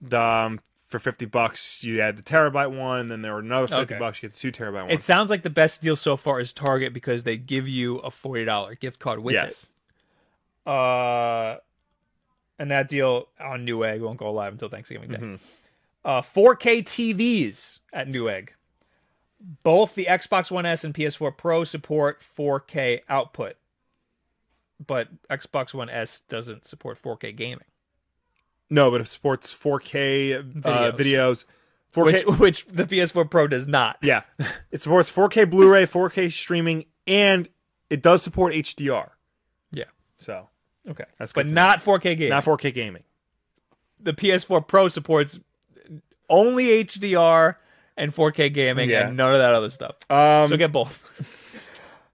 B: the, um, for 50 bucks you had the terabyte one, and then there were another 50
A: Okay.
B: bucks you get the two terabyte one.
A: It sounds like the best deal so far is Target because they give you a forty dollar gift card with
B: yes.
A: it. Uh, and that deal on Newegg won't
B: Mm-hmm.
A: go live until Thanksgiving Day. Uh, 4K TVs at Newegg. both the Xbox One S and PS4 Pro support 4K output, but Xbox One S doesn't support 4K gaming,
B: No, but it supports 4K Uh,
A: Videos.
B: videos. 4K.
A: which which the PS4 Pro does not.
B: yeah, it supports 4K Blu-ray, 4K streaming, and it does support HDR.
A: Yeah.
B: So
A: Okay,
B: That's good
A: but
B: to
A: not 4K gaming.
B: not 4K gaming.
A: the PS4 Pro supports only HDR and 4K gaming
B: Yeah.
A: and none of that other stuff.
B: Um,
A: so get both.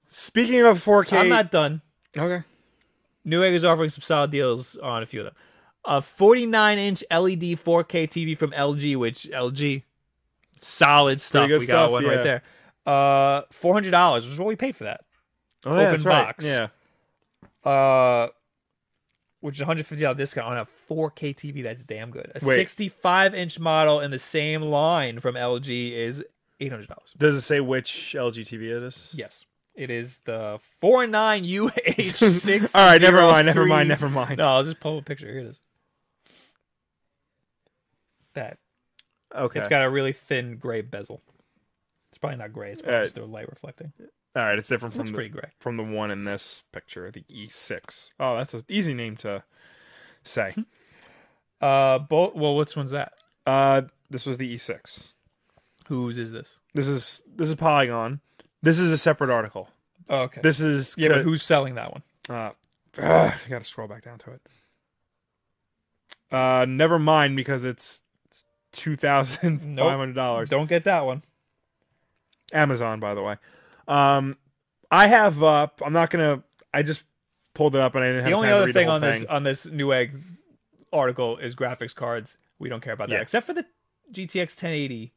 B: speaking of 4K,
A: I'm not done.
B: okay.
A: Newegg is offering some solid deals on a few of them. A 49 inch E LED 4K TV from LG, which LG, solid stuff.
B: good
A: We
B: stuff,
A: got one
B: yeah.
A: right there. Uh, four hundred dollars, which is what we paid for that.
B: Oh, yeah,
A: Open
B: that's right.
A: box.
B: Yeah.
A: Uh, which is one hundred fifty dollar discount on a 4K TV. That's damn good. A
B: Wait.
A: 65 inch model in the same line from LG is eight hundred dollars.
B: Does it say which LG TV it is?
A: Yes, it is the 49 UH six.
B: All right, never mind, never mind, never mind.
A: No, I'll just pull up a picture. Here it is. That
B: Okay.
A: it's got a really thin gray bezel. It's probably not gray. It's probably
B: Uh,
A: just the light reflecting. It
B: All right, it's different from
A: looks
B: the
A: pretty gray.
B: from the one in this picture, the E6. Oh, that's an easy name to say.
A: Hmm. Uh, both. Well, which one's that?
B: uh, this was the E6.
A: Whose is this?
B: This is this is Polygon. This is a separate article.
A: Oh, okay.
B: This is
A: yeah, but who's selling that one?
B: Uh, ugh, I gotta scroll back down to it. Uh, never mind because it's two thousand five hundred dollars.
A: Don't get that one.
B: Amazon, by the way. Um, I have. Uh, I'm not gonna. I just pulled it up and I didn't have
A: The only
B: time to
A: other
B: read the
A: thing
B: whole
A: on
B: thing.
A: this on this Newegg article is graphics cards. We don't care about that
B: Yeah.
A: except for the GTX 1080.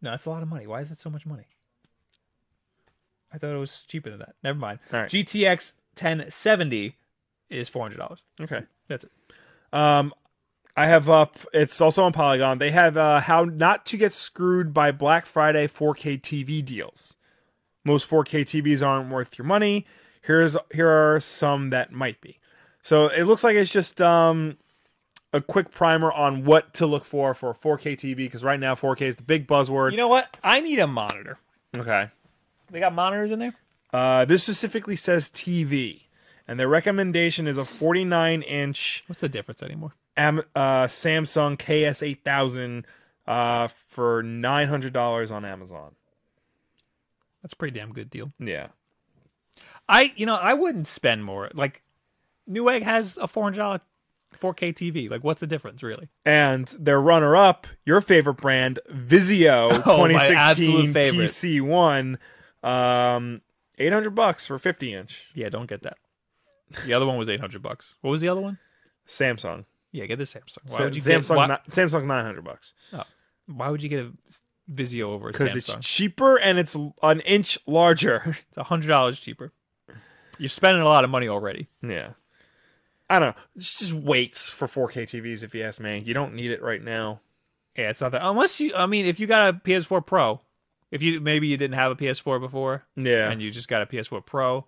A: No, that's a lot of money. Why is that so much money? I thought it was cheaper than that. Never mind.
B: All right.
A: GTX 1070 is four hundred dollars.
B: Okay.
A: That's it.
B: Um, I have up. It's also on Polygon. They have uh, how not to get screwed by Black Friday 4K TV deals. Most 4K TVs aren't worth your money. Here's here are some that might be. So it looks like it's just um, a quick primer on what to look for for a 4K TV because right now 4K is the big buzzword.
A: You know what? I need a monitor.
B: okay.
A: They got monitors in there.
B: Uh, this specifically says TV, and their recommendation is a 49 inch
A: What's the difference anymore?
B: Am- uh, Samsung KS8000 uh, for $900 on Amazon.
A: That's a pretty damn good deal.
B: Yeah.
A: I you know I wouldn't spend more. Like Newegg has a four hundred dollar 4K TV. Like what's the difference really?
B: And their runner up, your favorite brand, Vizio
A: Oh, my
B: 2016
A: absolute favorite.
B: PC1, um, 800 bucks for 50 inch.
A: Yeah, don't get that. The other one was eight hundred bucks. What was the other one?
B: Samsung.
A: Yeah, get the Samsung. Why
B: Sa-
A: would you get
B: Samsung,
A: why,
B: ni- Samsung 900 bucks.
A: why would you get a Vizio over a
B: Because
A: Samsung?
B: it's
A: It's
B: cheaper and it's l- an inch larger.
A: hundred dollars cheaper. You're spending a lot of money already.
B: yeah. I don't know. It's just weights for 4K TVs, if you ask me. You don't need it right now.
A: Yeah, it's not that unless you. I mean, if you got a PS4 Pro, if you maybe you didn't have a PS4 before
B: Yeah.
A: and you just got a PS4 Pro.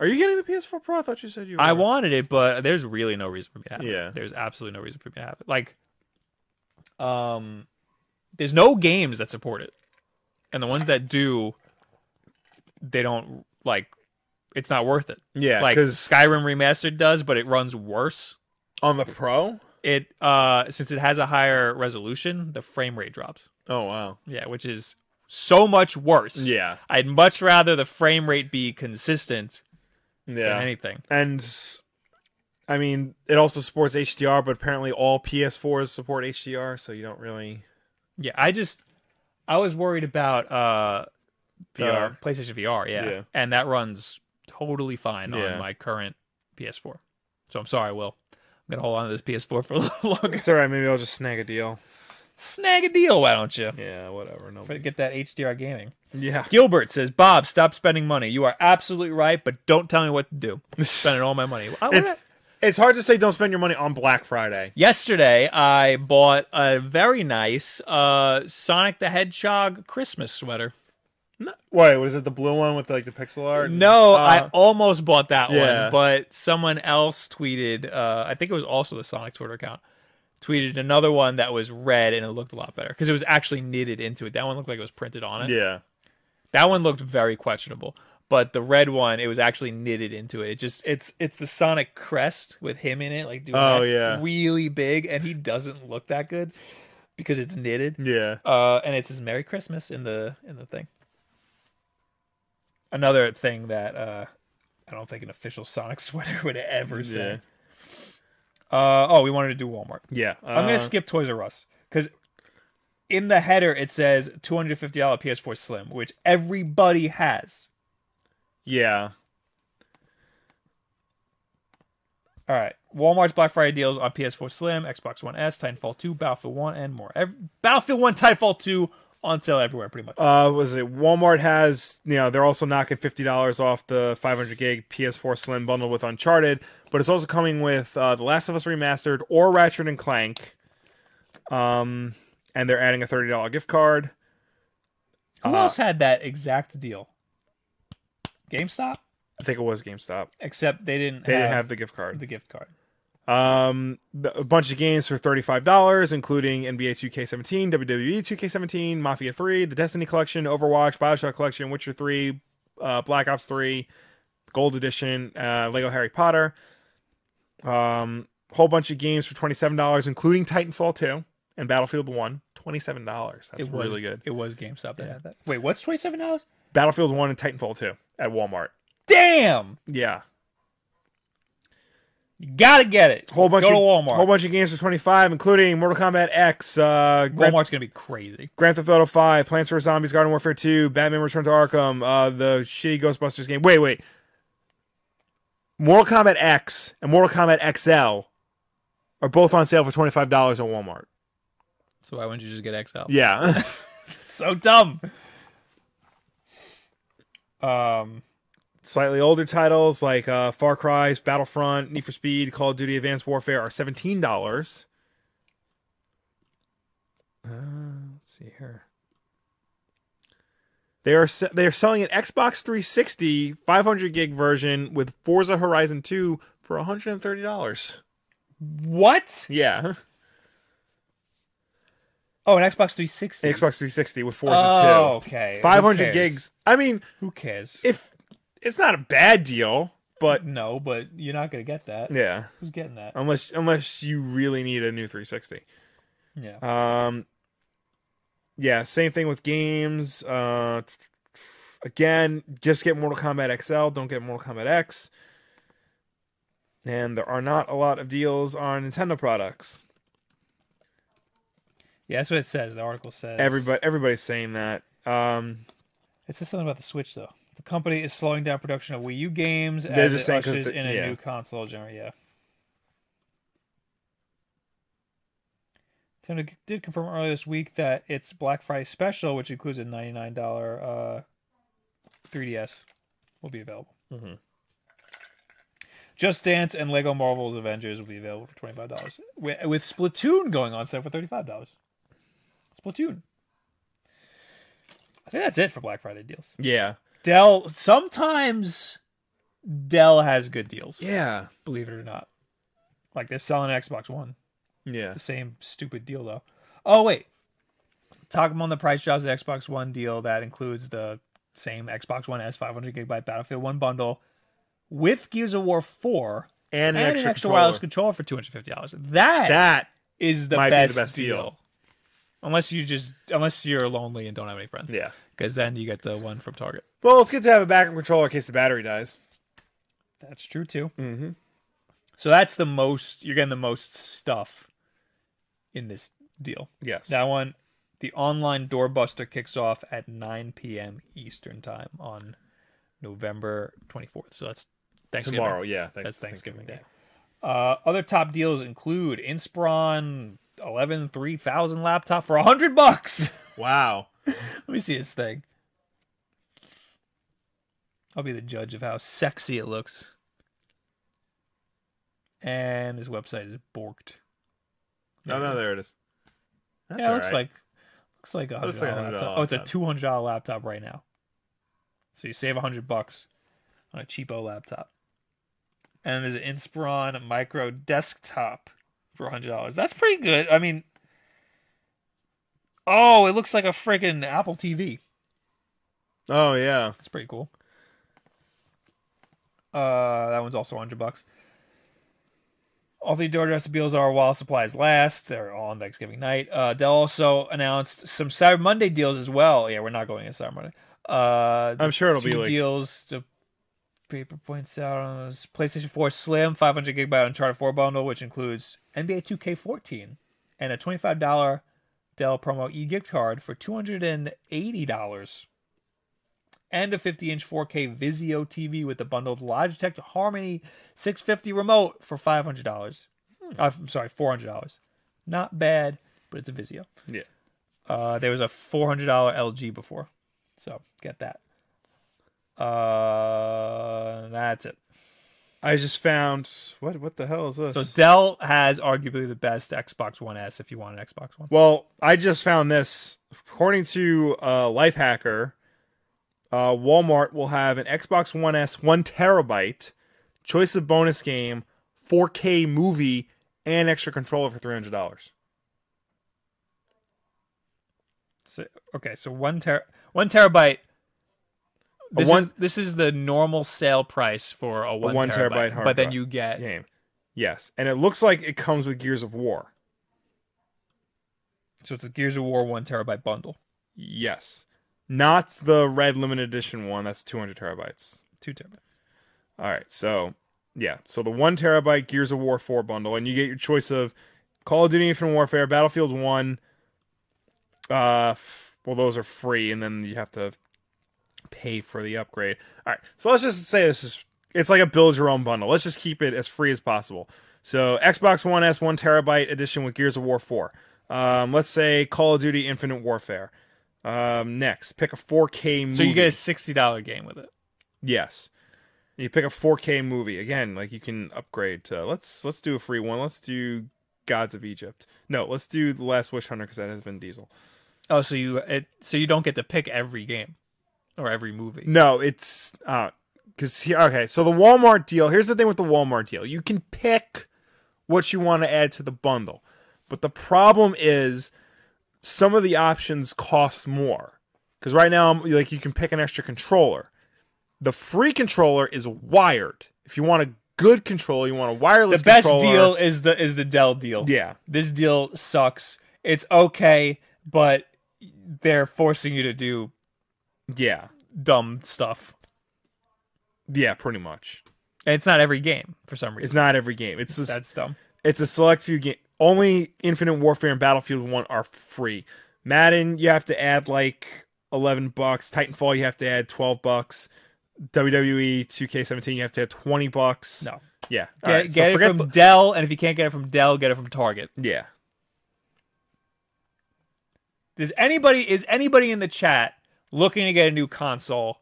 B: Are you getting the PS4 Pro? I thought you said you. Were.
A: I wanted it, but there's really no reason for me to have
B: Yeah.
A: it. There's absolutely no reason for me to have it. Like, um, there's no games that support it, and the ones that do, they don't like. It's not worth it.
B: Yeah,
A: like
B: because
A: Skyrim Remastered does, but it runs worse.
B: on the Pro.
A: It uh since it has a higher resolution, the frame rate drops.
B: Oh wow.
A: Yeah, which is so much worse.
B: Yeah.
A: I'd much rather the frame rate be consistent
B: Yeah.
A: than anything.
B: and s- I mean, it also supports HDR, but apparently all PS4s support HDR, so you don't really.
A: Yeah, I just I was worried about uh the
B: VR.
A: PlayStation VR, yeah.
B: Yeah.
A: And that runs totally fine
B: Yeah.
A: on my current PS4. So I'm sorry, Will. I'm gonna hold on to this PS4 for a little longer.
B: It's all right. Maybe I'll just snag a deal.
A: Snag a deal, why don't you?
B: Yeah. Whatever. No.
A: Get that HDR gaming.
B: Yeah.
A: Gilbert says, Bob, stop spending money. You are absolutely right, but don't tell me what to do. I'm Spending all my money. I-
B: It's it's hard to say. Don't spend your money on Black Friday.
A: Yesterday, I bought a very nice uh, Sonic the Hedgehog Christmas sweater.
B: Wait, was it the blue one with like the pixel art?
A: No,
B: Uh,
A: I almost bought that
B: yeah.
A: one, but someone else tweeted. Uh, I think it was also the Sonic Twitter account. tweeted another one that was red and it looked a lot better because it was actually knitted into it. That one looked like it was printed on it.
B: Yeah.
A: That one looked very questionable, but the red one, it was actually knitted into it. It just it's it's the Sonic crest with him in it, like doing
B: Oh,
A: that
B: yeah.
A: really big, and he doesn't look that good because it's knitted.
B: Yeah.
A: Uh, and it says Merry Christmas in the in the thing. Another thing that uh, I don't think an official Sonic sweater would ever say. Uh, oh, we wanted to do Walmart.
B: Yeah.
A: I'm gonna
B: uh,
A: skip Toys R Us because in the header it says $250 PS4 Slim, which everybody has.
B: Yeah.
A: All right, Walmart's Black Friday deals on PS4 Slim, Xbox One S, Titanfall 2, Battlefield 1, and more. Ev- Battlefield 1, Titanfall 2 on sale everywhere, pretty much.
B: Uh, was it Walmart has you know they're also knocking fifty dollars off the five hundred gig PS4 Slim bundle with Uncharted, but it's also coming with uh, The Last of Us remastered or Ratchet and Clank, um, and they're adding a thirty dollar gift card.
A: Who
B: uh,
A: else had that exact deal? GameStop,
B: I think it was GameStop.
A: except they didn't.
B: They
A: have
B: didn't have the gift card.
A: the gift card.
B: Um, th- a bunch of games for thirty-five dollars, including NBA 2K17, WWE 2K17, Mafia 3, the Destiny Collection, Overwatch, Bioshock Collection, Witcher 3, uh, Black Ops 3, Gold Edition, uh, Lego Harry Potter. Um, whole bunch of games for twenty-seven dollars, including Titanfall 2 and Battlefield 1. Twenty-seven dollars. That's
A: it was
B: really good.
A: It was GameStop that had that. Wait, what's twenty seven dollars?
B: Battlefield 1 and Titanfall 2 at Walmart.
A: Damn,
B: Yeah,
A: you gotta get it.
B: whole bunch
A: Go
B: of
A: to Walmart.
B: whole bunch of games for twenty-five, including Mortal Kombat X, uh, Grand
A: Walmart's gonna be crazy.
B: Grand Theft Auto 5, Plants vs. Zombies, Garden Warfare 2, Batman Returns to Arkham, uh, the shitty Ghostbusters game. Wait, wait. Mortal Kombat X and Mortal Kombat XL are both on sale for $25 at Walmart.
A: So why wouldn't you just get XL?
B: Yeah.
A: So dumb. Um,
B: Slightly older titles like uh, Far Cry's, Battlefront, Need for Speed, Call of Duty Advanced Warfare are $17. Uh, let's see here. They are se- they are selling an Xbox 360 500 gig version with Forza Horizon 2 for 130 dollars.
A: what?
B: Yeah,
A: Oh, an Xbox 360.
B: Xbox 360 with Forza
A: oh,
B: 2,
A: okay. Who
B: 500
A: cares?
B: gigs. I mean,
A: Who cares?
B: if it's not a bad deal, but
A: no, but you're not gonna get that.
B: yeah,
A: Who's getting that?
B: unless unless you really need a new 360.
A: Yeah.
B: Um, yeah, same thing with games. Uh, again, just get Mortal Kombat XL. Don't get Mortal Kombat X. And there are not a lot of deals on Nintendo products.
A: Yeah, that's what it says. The article says.
B: Everybody, everybody's saying that. Um,
A: It says something about the Switch though. The company is slowing down production of Wii U games
B: They're
A: as
B: just
A: it
B: saying 'cause
A: ushers
B: the-
A: in a
B: yeah.
A: new console genre. Yeah. Nintendo did confirm earlier this week that its Black Friday special, which includes a ninety-nine dollar uh, 3DS, will be available.
B: Mhm.
A: Just Dance and Lego Marvel's Avengers will be available for twenty-five dollars, with Splatoon going on sale for thirty-five dollars. Splatoon. I think that's it for Black Friday deals.
B: yeah,
A: Dell sometimes Dell has good deals.
B: yeah,
A: Believe it or not. Like they're selling an Xbox One.
B: yeah.
A: The same stupid deal though. Oh wait. Talk about the price jobs the Xbox One deal that includes the same Xbox One S 500 gigabyte Battlefield 1 bundle with Gears of War 4
B: And,
A: and,
B: an extra,
A: wireless
B: wireless.
A: controller for $250. That,
B: That
A: is the
B: might be
A: best,
B: the best
A: deal.
B: deal.
A: Unless you just unless you're lonely and don't have any friends.
B: yeah.
A: Cuz then you get the one from Target.
B: Well, it's good to have a backup controller in case the battery dies.
A: That's true too.
B: Mm-hmm.
A: So that's the most you're getting the most stuff in this deal.
B: Yes.
A: That one, the online doorbuster kicks off at 9 p.m. Eastern time on November 24th. So that's Thanksgiving.
B: Tomorrow, yeah.
A: That's Thanksgiving, Day. Uh, other top deals include Inspiron 11 3000 laptop for 100 bucks.
B: Wow.
A: Let me see this thing. I'll be the judge of how sexy it looks. And this website is borked.
B: No, no,
A: it is.
B: there it is. That's
A: yeah, it
B: all
A: looks
B: right.
A: like looks like a
B: Looks
A: hundred
B: like
A: dollar
B: a $100
A: laptop. Oh, it's a
B: laptop.
A: two hundred dollar laptop right now. So you save a hundred bucks on a cheapo laptop. And there's an Inspiron micro desktop for hundred dollars. That's pretty good. I mean, oh, it looks like a freaking Apple TV.
B: Oh yeah.
A: That's pretty cool. Uh, that one's also hundred bucks. All the DoorDash deals are while supplies last. They're all on Thanksgiving night. Uh, Dell also announced some Cyber Monday deals as well. Yeah, we're not going into Cyber Monday. Uh,
B: I'm sure it'll be
A: two
B: like
A: deals. The paper points out on this PlayStation 4 Slim 500 gigabyte Uncharted 4 bundle, which includes NBA 2K14 and a $25 Dell promo e gift card for $280, and a 50 inch 4K Vizio TV with the bundled Logitech Harmony 650 remote for $500. Uh, I'm sorry, $400. Not bad, but it's a Vizio.
B: yeah.
A: Uh, there was a four hundred dollar LG before, so get that. Uh, that's it.
B: I just found what what the hell is this?
A: So Dell has arguably the best Xbox One S. If you want an Xbox One,
B: well, I just found this. According to uh, Lifehacker, uh, Walmart will have an Xbox One S one terabyte, choice of bonus game, 4K movie, and extra controller for three hundred dollars.
A: so, okay, so one ter one terabyte. This,
B: one-
A: is, this is the normal sale price for a one,
B: one
A: terabyte,
B: terabyte hard
A: but then
B: drive.
A: you get
B: Game, yes, and it looks like it comes with Gears of War.
A: so it's a Gears of War one terabyte bundle,
B: Yes, not the red limited edition one. That's two hundred terabytes.
A: two terabyte.
B: All right, so yeah, so the one terabyte Gears of War four bundle, and you get your choice of Call of Duty Infinite Warfare, Battlefield One. Uh, f- well, those are free, and then you have to pay for the upgrade. All right, so let's just say this is it's like a build your own bundle. Let's just keep it as free as possible. So Xbox One S one terabyte edition with Gears of War four. Um, let's say Call of Duty Infinite Warfare. Um, next, pick a 4K movie.
A: So you get a sixty dollar game with it.
B: Yes. And You pick a 4K movie again. Like you can upgrade to let's let's do a free one. Let's do Gods of Egypt. No, let's do The Last Witch Hunter because that has Vin Diesel.
A: Oh, so you it so you don't get to pick every game or every movie.
B: No, it's uh because here okay. So the Walmart deal. Here's the thing with the Walmart deal. You can pick what you want to add to the bundle, but the problem is some of the options cost more. Because right now, I'm- like you can pick an extra controller. The free controller is wired. If you want a good controller, you want a wireless.
A: the best
B: controller,
A: deal is the is the Dell deal.
B: Yeah.
A: This deal sucks. It's okay, but they're forcing you to do
B: Yeah.
A: dumb stuff.
B: Yeah. Pretty much.
A: And it's not every game for some
B: It's
A: reason.
B: not every game. It's just
A: That's dumb.
B: It's a select few game. Only Infinite Warfare and Battlefield One are free. Madden, you have to add like eleven bucks. Titanfall, you have to add twelve bucks. E WWE 2K17, you have to add twenty bucks.
A: No.
B: Yeah.
A: Get,
B: All right,
A: get
B: so
A: it
B: forget
A: from
B: the-
A: Dell, and if you can't get it from Dell, get it from Target.
B: yeah.
A: Does anybody is anybody in the chat looking to get a new console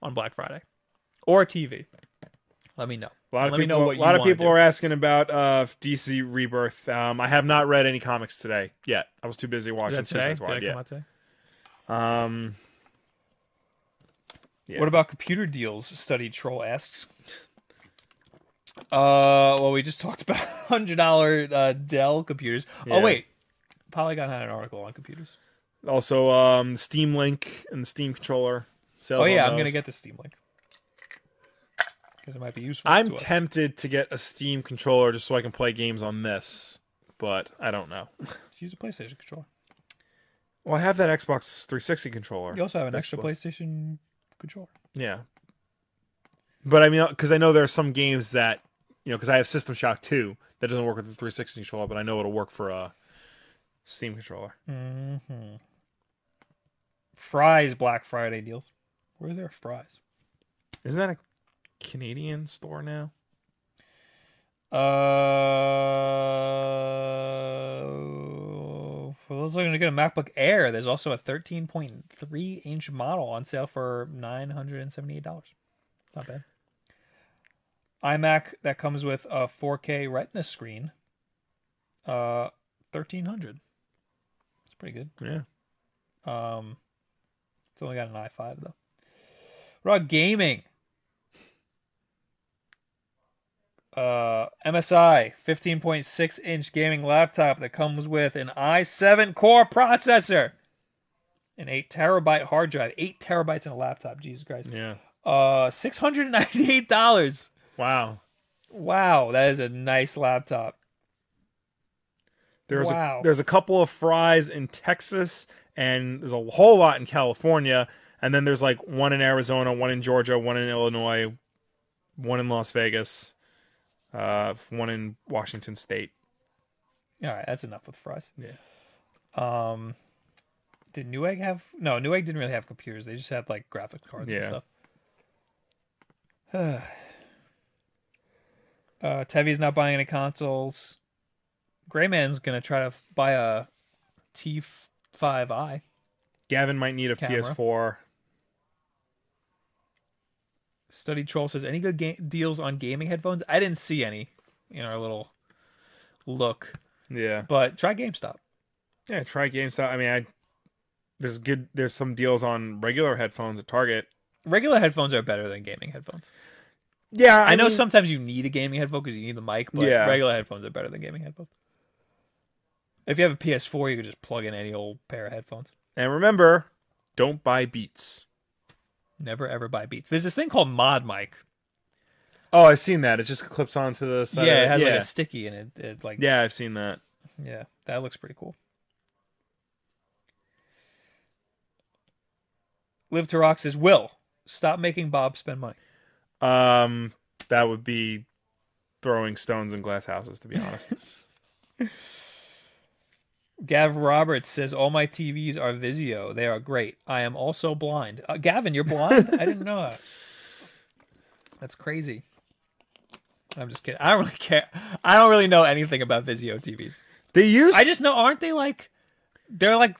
A: on Black Friday or a TV? Let me know.
B: A lot of
A: Let me
B: people.
A: know what
B: a
A: you
B: lot of
A: wanna
B: people
A: do.
B: are asking about uh, DC Rebirth. Um, I have not read any comics today yet. I was too busy
A: Is
B: watching
A: that today? Did
B: Suicide
A: it
B: Squad. Yeah.
A: come out today?
B: Um, yeah.
A: What about computer deals? Study Troll asks. Uh, well, we just talked about hundred dollar uh, Dell computers. Oh
B: Yeah.
A: wait, Polygon had an article on computers.
B: also um, Steam Link and the Steam controller? Sales
A: oh
B: on
A: yeah, I'm gonna
B: those.
A: get the Steam Link because it might be useful.
B: I'm
A: to us.
B: tempted to get a Steam controller just so I can play games on this, but I don't know.
A: Just use a PlayStation controller.
B: Well, I have that Xbox 360 controller.
A: You also have an extra
B: Xbox.
A: PlayStation controller.
B: Yeah. But I mean, because I know there are some games that, you know, because I have System Shock 2 that doesn't work with the 360 controller, but I know it'll work for a Steam controller.
A: Mm-hmm. Fry's Black Friday deals. Where's their fries?
B: Isn't that a Canadian store now?
A: Uh, for those looking to get a MacBook Air, there's also a 13.3 inch model on sale for $978. Not bad. iMac that comes with a 4K Retina screen, uh, 1300. It's pretty good.
B: Yeah.
A: Um, it's only got an i5 though. What about gaming? uh, MSI 15.6 inch gaming laptop that comes with an i7 core processor, an 8 terabyte hard drive, 8 terabytes in a laptop. Jesus Christ.
B: Yeah.
A: Uh, $698.
B: Wow.
A: Wow, that is a nice laptop.
B: There's
A: Wow.
B: a, there's a couple of fries in Texas, and there's a whole lot in California, and then there's like one in Arizona, one in Georgia, one in Illinois, one in Las Vegas, uh, one in Washington State.
A: All right, that's enough with fries.
B: Yeah.
A: Um, did Newegg have no? Newegg didn't really have computers. They just had like graphic cards and
B: Yeah.
A: stuff. uh, Tevi's not buying any consoles. Grayman's gonna try to f- buy a T5i.
B: Gavin might need a
A: Camera.
B: PS4.
A: Study Troll says any good ga- deals on gaming headphones? I didn't see any in our little look,
B: Yeah.
A: but try GameStop.
B: Yeah. Try GameStop. I mean, I there's good. There's some deals on regular headphones at Target.
A: Regular headphones are better than gaming headphones.
B: Yeah,
A: I, know
B: mean-
A: sometimes you need a gaming headphone because you need the mic, but
B: Yeah.
A: regular headphones are better than gaming headphones. If you have a PS4, you can just plug in any old pair of headphones.
B: And remember, don't buy Beats.
A: Never ever buy Beats. There's this thing called Mod Mic.
B: Oh, I've seen that. It just clips onto the side.
A: yeah,
B: of
A: it has
B: yeah.
A: like a sticky and it, it like yeah.
B: yeah, I've seen that.
A: that looks pretty cool. Live to Rock says, "Will stop making Bob spend money."
B: Um, that would be throwing stones in glass houses, to be honest.
A: Gav Roberts says, "All my TVs are Vizio. They are great. I am also blind." Uh, Gavin, you're blind? I didn't know that. That's crazy. I'm just kidding. I don't really care. I don't really know anything about Vizio TVs.
B: they used.
A: I just know, aren't they like? They're like,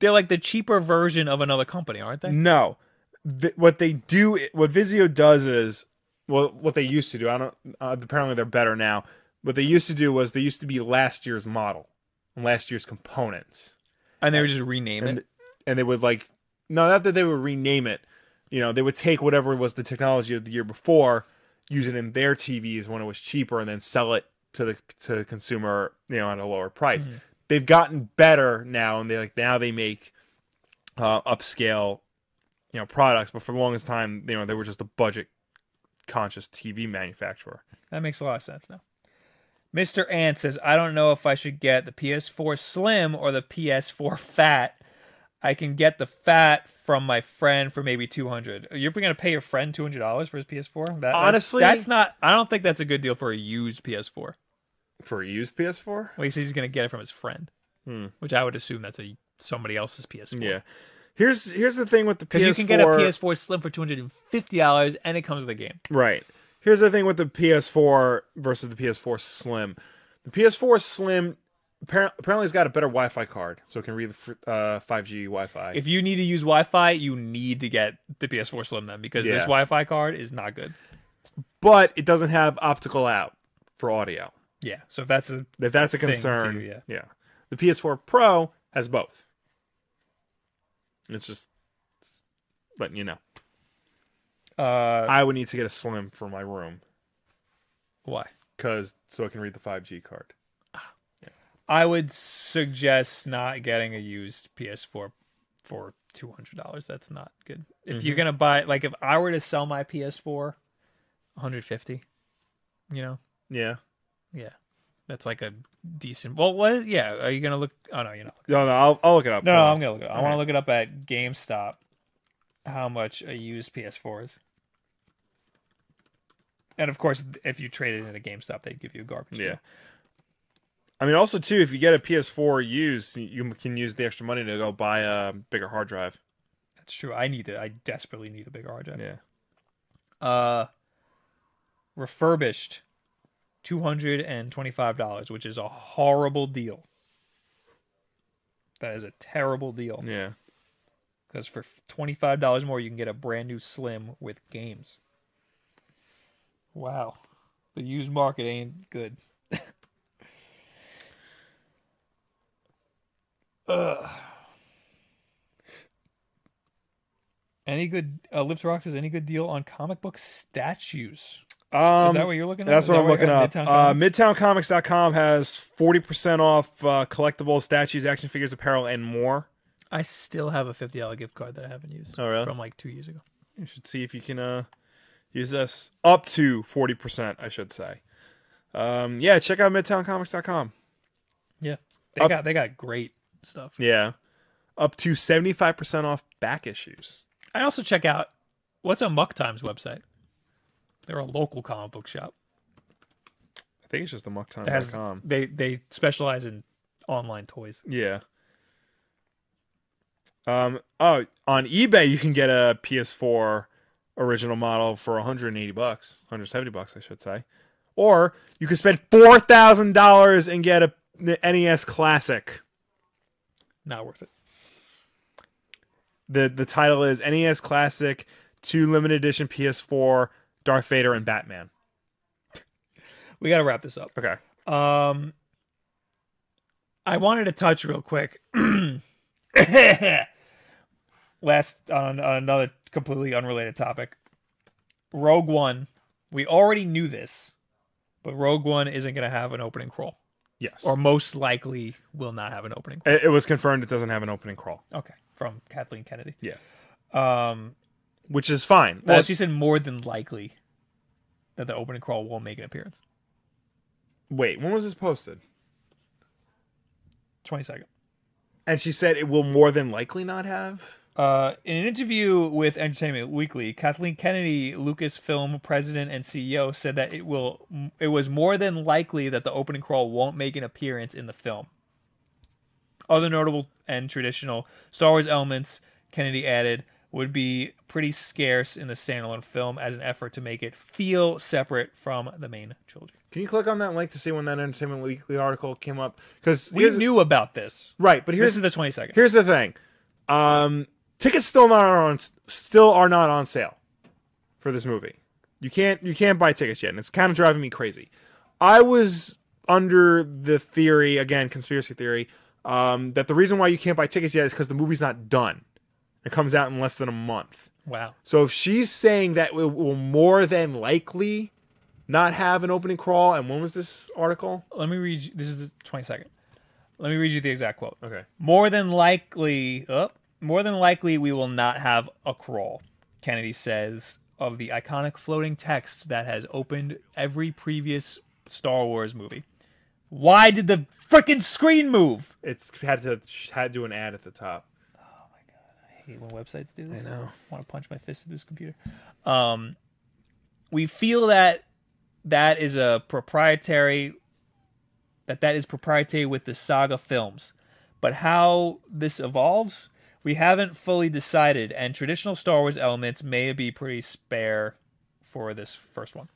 A: they're like the cheaper version of another company, aren't they?
B: no. Vi- what they do, what Vizio does is, well, what they used to do. I don't. Uh, apparently, they're better now. What they used to do was they used to be last year's model and last year's components.
A: And they would just rename
B: and
A: it.
B: and they would like no not that they would rename it you know they would take whatever was the technology of the year before use it in their tvs when it was cheaper and then sell it to the to the consumer you know at a lower price
A: Mm-hmm.
B: they've gotten better now and they like now they make uh upscale you know products but for the longest time you know they were just a budget conscious tv manufacturer
A: That makes a lot of sense now. Mr. Ant says, I don't know if I should get the PS4 Slim or the PS4 Fat. I can get the fat from my friend for maybe 200. You're going to pay your friend $200 for his PS4? That,
B: Honestly-
A: that's, that's not I don't think that's a good deal for a used PS4.
B: for a used ps4
A: Well, he says he's going to get it from his friend,
B: Hmm.
A: which I would assume that's a somebody else's PS4.
B: yeah here's here's the thing with the ps4
A: Because you can get a PS4 Slim for $250 and it comes with a game.
B: Right. Here's the thing with the PS4 versus the PS4 Slim. The PS4 Slim appar- apparently has got a better Wi-Fi card, so it can read the fr- uh, 5G Wi-Fi.
A: If you need to use Wi Fi, you need to get the PS4 Slim then because this
B: Yeah.
A: Wi Fi card is not good.
B: but it doesn't have optical out for audio.
A: Yeah. So if that's a
B: If that's a
A: too,
B: concern,
A: yeah.
B: The PS4 Pro has both. It's just it's letting you know.
A: uh
B: I would need to get a Slim for my room
A: why?
B: because so it can read the 5G card.
A: I would suggest not getting a used PS4 for two hundred dollars. That's not good. If you're gonna buy like if I were to sell my PS4, 150, you know?
B: Yeah.
A: Yeah. That's like a decent well what is, yeah, are you gonna look oh no, you're not
B: No, no, I'll, I'll look it up.
A: No, no,
B: Hold
A: I'm gonna
B: on.
A: look it up. I wanna
B: Alright.
A: look it up at GameStop how much a used PS4 is. And of course, if you traded in a GameStop, they'd give you a garbage.
B: Yeah.
A: deal.
B: I mean, also too, if you get a PS4 used, you can use the extra money to go buy a bigger hard drive.
A: that's true. I need to. I desperately need a bigger hard drive.
B: Yeah.
A: uh refurbished $225 which is a horrible deal that is a terrible deal
B: Yeah.
A: because for $25 more you can get a brand new slim with games wow the used market ain't good Ugh. any good uh, lips rock says any good deal on comic book statues
B: Um,
A: Is that what you're looking at?
B: That's
A: Is
B: what
A: that
B: I'm looking up.
A: Midtown
B: uh,
A: Comics?
B: MidtownComics.com has 40% off uh, collectibles, statues, action figures, apparel, and more.
A: I still have a fifty dollar gift card that I haven't used.
B: Oh, really?
A: From like two years ago.
B: You should see if you can uh, use this up to 40%, I should say. Um, yeah, check out MidtownComics.com.
A: Yeah, they
B: Up-
A: got they got great stuff.
B: Yeah. Up to 75% off back issues.
A: I also check out what's on Muck Times website. They're a local comic book shop
B: I think it's just the
A: that has
B: mucktime.com.
A: they they specialize in online toys.
B: Yeah. Um. Oh, on eBay you can get a PS4 original model for 180 bucks, 170 bucks, I should say, or you can spend four thousand dollars and get a the NES Classic.
A: Not worth it.
B: the The title is NES Classic Two Limited Edition PS4 Darth Vader and Batman.
A: We got to wrap this up.
B: Okay.
A: Um, I wanted to touch real quick. Last on, on another completely unrelated topic, Rogue One. We already knew this, but Rogue One isn't going to have an opening crawl,
B: Yes.
A: or most likely will not have an opening.
B: it, it was confirmed it doesn't have an opening crawl.
A: Crawl. Okay, from Kathleen Kennedy.
B: Yeah.
A: Um,
B: Which is fine.
A: well,
B: That-
A: she said more than likely that the opening crawl will make an appearance.
B: wait, when was this posted?
A: Twenty second.
B: And she said it will more than likely not have.
A: Uh, in an interview with Entertainment Weekly, Kathleen Kennedy, Lucasfilm president and CEO, said that it will it was more than likely that the opening crawl won't make an appearance in the film. Other notable and traditional Star Wars elements, Kennedy added, would be pretty scarce in the standalone film as an effort to make it feel separate from the main trilogy.
B: Can you click on that link to see when that Entertainment Weekly article came up? Because
A: We knew about this.
B: right, but
A: This
B: here's
A: is the twenty second.
B: here's the thing. Um, tickets still not on still are not on sale for this movie. You can't you can't buy tickets yet, and it's kind of driving me crazy. I was under the theory again, conspiracy theory, um, that the reason why you can't buy tickets yet is because the movie's not done. It comes out in less than a month.
A: Wow.
B: So if she's saying that it will more than likely not have an opening crawl, and when was this article?
A: Let me read you this is the twenty second. Let me read you the exact quote.
B: Okay.
A: More than likely, oh, more than likely, we will not have a crawl. Kennedy says of the iconic floating text that has opened every previous Star Wars movie. Why did the frickin' screen move?
B: It's had to had to do an ad at the top.
A: I hate when websites do this. I know. want to punch my fist into this computer. Um, we feel that that is a proprietary that that is proprietary with the saga films. But how this evolves, we haven't fully decided, and traditional Star Wars elements may be pretty spare for this first one.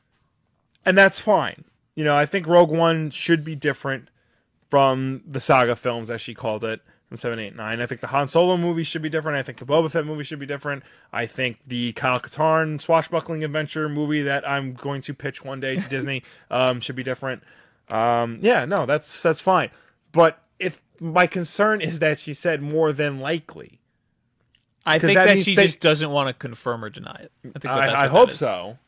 B: And that's fine. You know, I think Rogue One should be different from the saga films as she called it from 789. I think the Han Solo movie should be different. I think the Boba Fett movie should be different. I think the Kyle Katarn swashbuckling adventure movie that I'm going to pitch one day to Disney um, should be different. Um, yeah, no, that's that's fine. But if my concern is that she said more than likely,
A: I
B: 'Cause
A: think
B: that
A: that,
B: means
A: she
B: they-
A: just doesn't want to confirm or deny it. I think that that's
B: I, I
A: what
B: hope
A: that is.
B: so.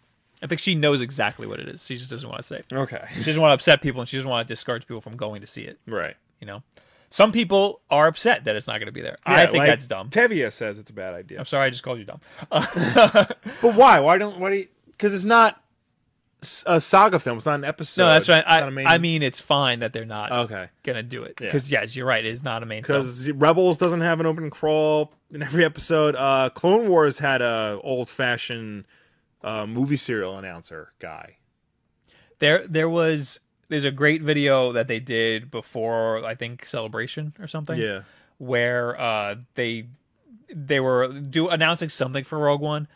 A: I think she knows exactly what it is. She just doesn't want to say. it.
B: Okay,
A: She doesn't want to upset people, and she doesn't want to discourage people from going to see it.
B: right.
A: You know, some people are upset that it's not going to be there. I
B: Yeah,
A: think
B: like
A: that's dumb.
B: Tevia says it's a bad idea.
A: I'm sorry, I just called you dumb.
B: But why? Why don't? Why? do Because it's not s- a saga film. It's not an episode.
A: no, that's right.
B: It's
A: I,
B: not a main-
A: I mean, it's fine that they're not
B: okay.
A: going to do it
B: Yeah.
A: because yes, you're right. It's not a main film.
B: Because Rebels doesn't have an open crawl in every episode. Uh, Clone Wars had a old fashioned uh, movie serial announcer guy.
A: There, there was there's a great video that they did before I think celebration or something. where uh, they they were do announcing something for Rogue One,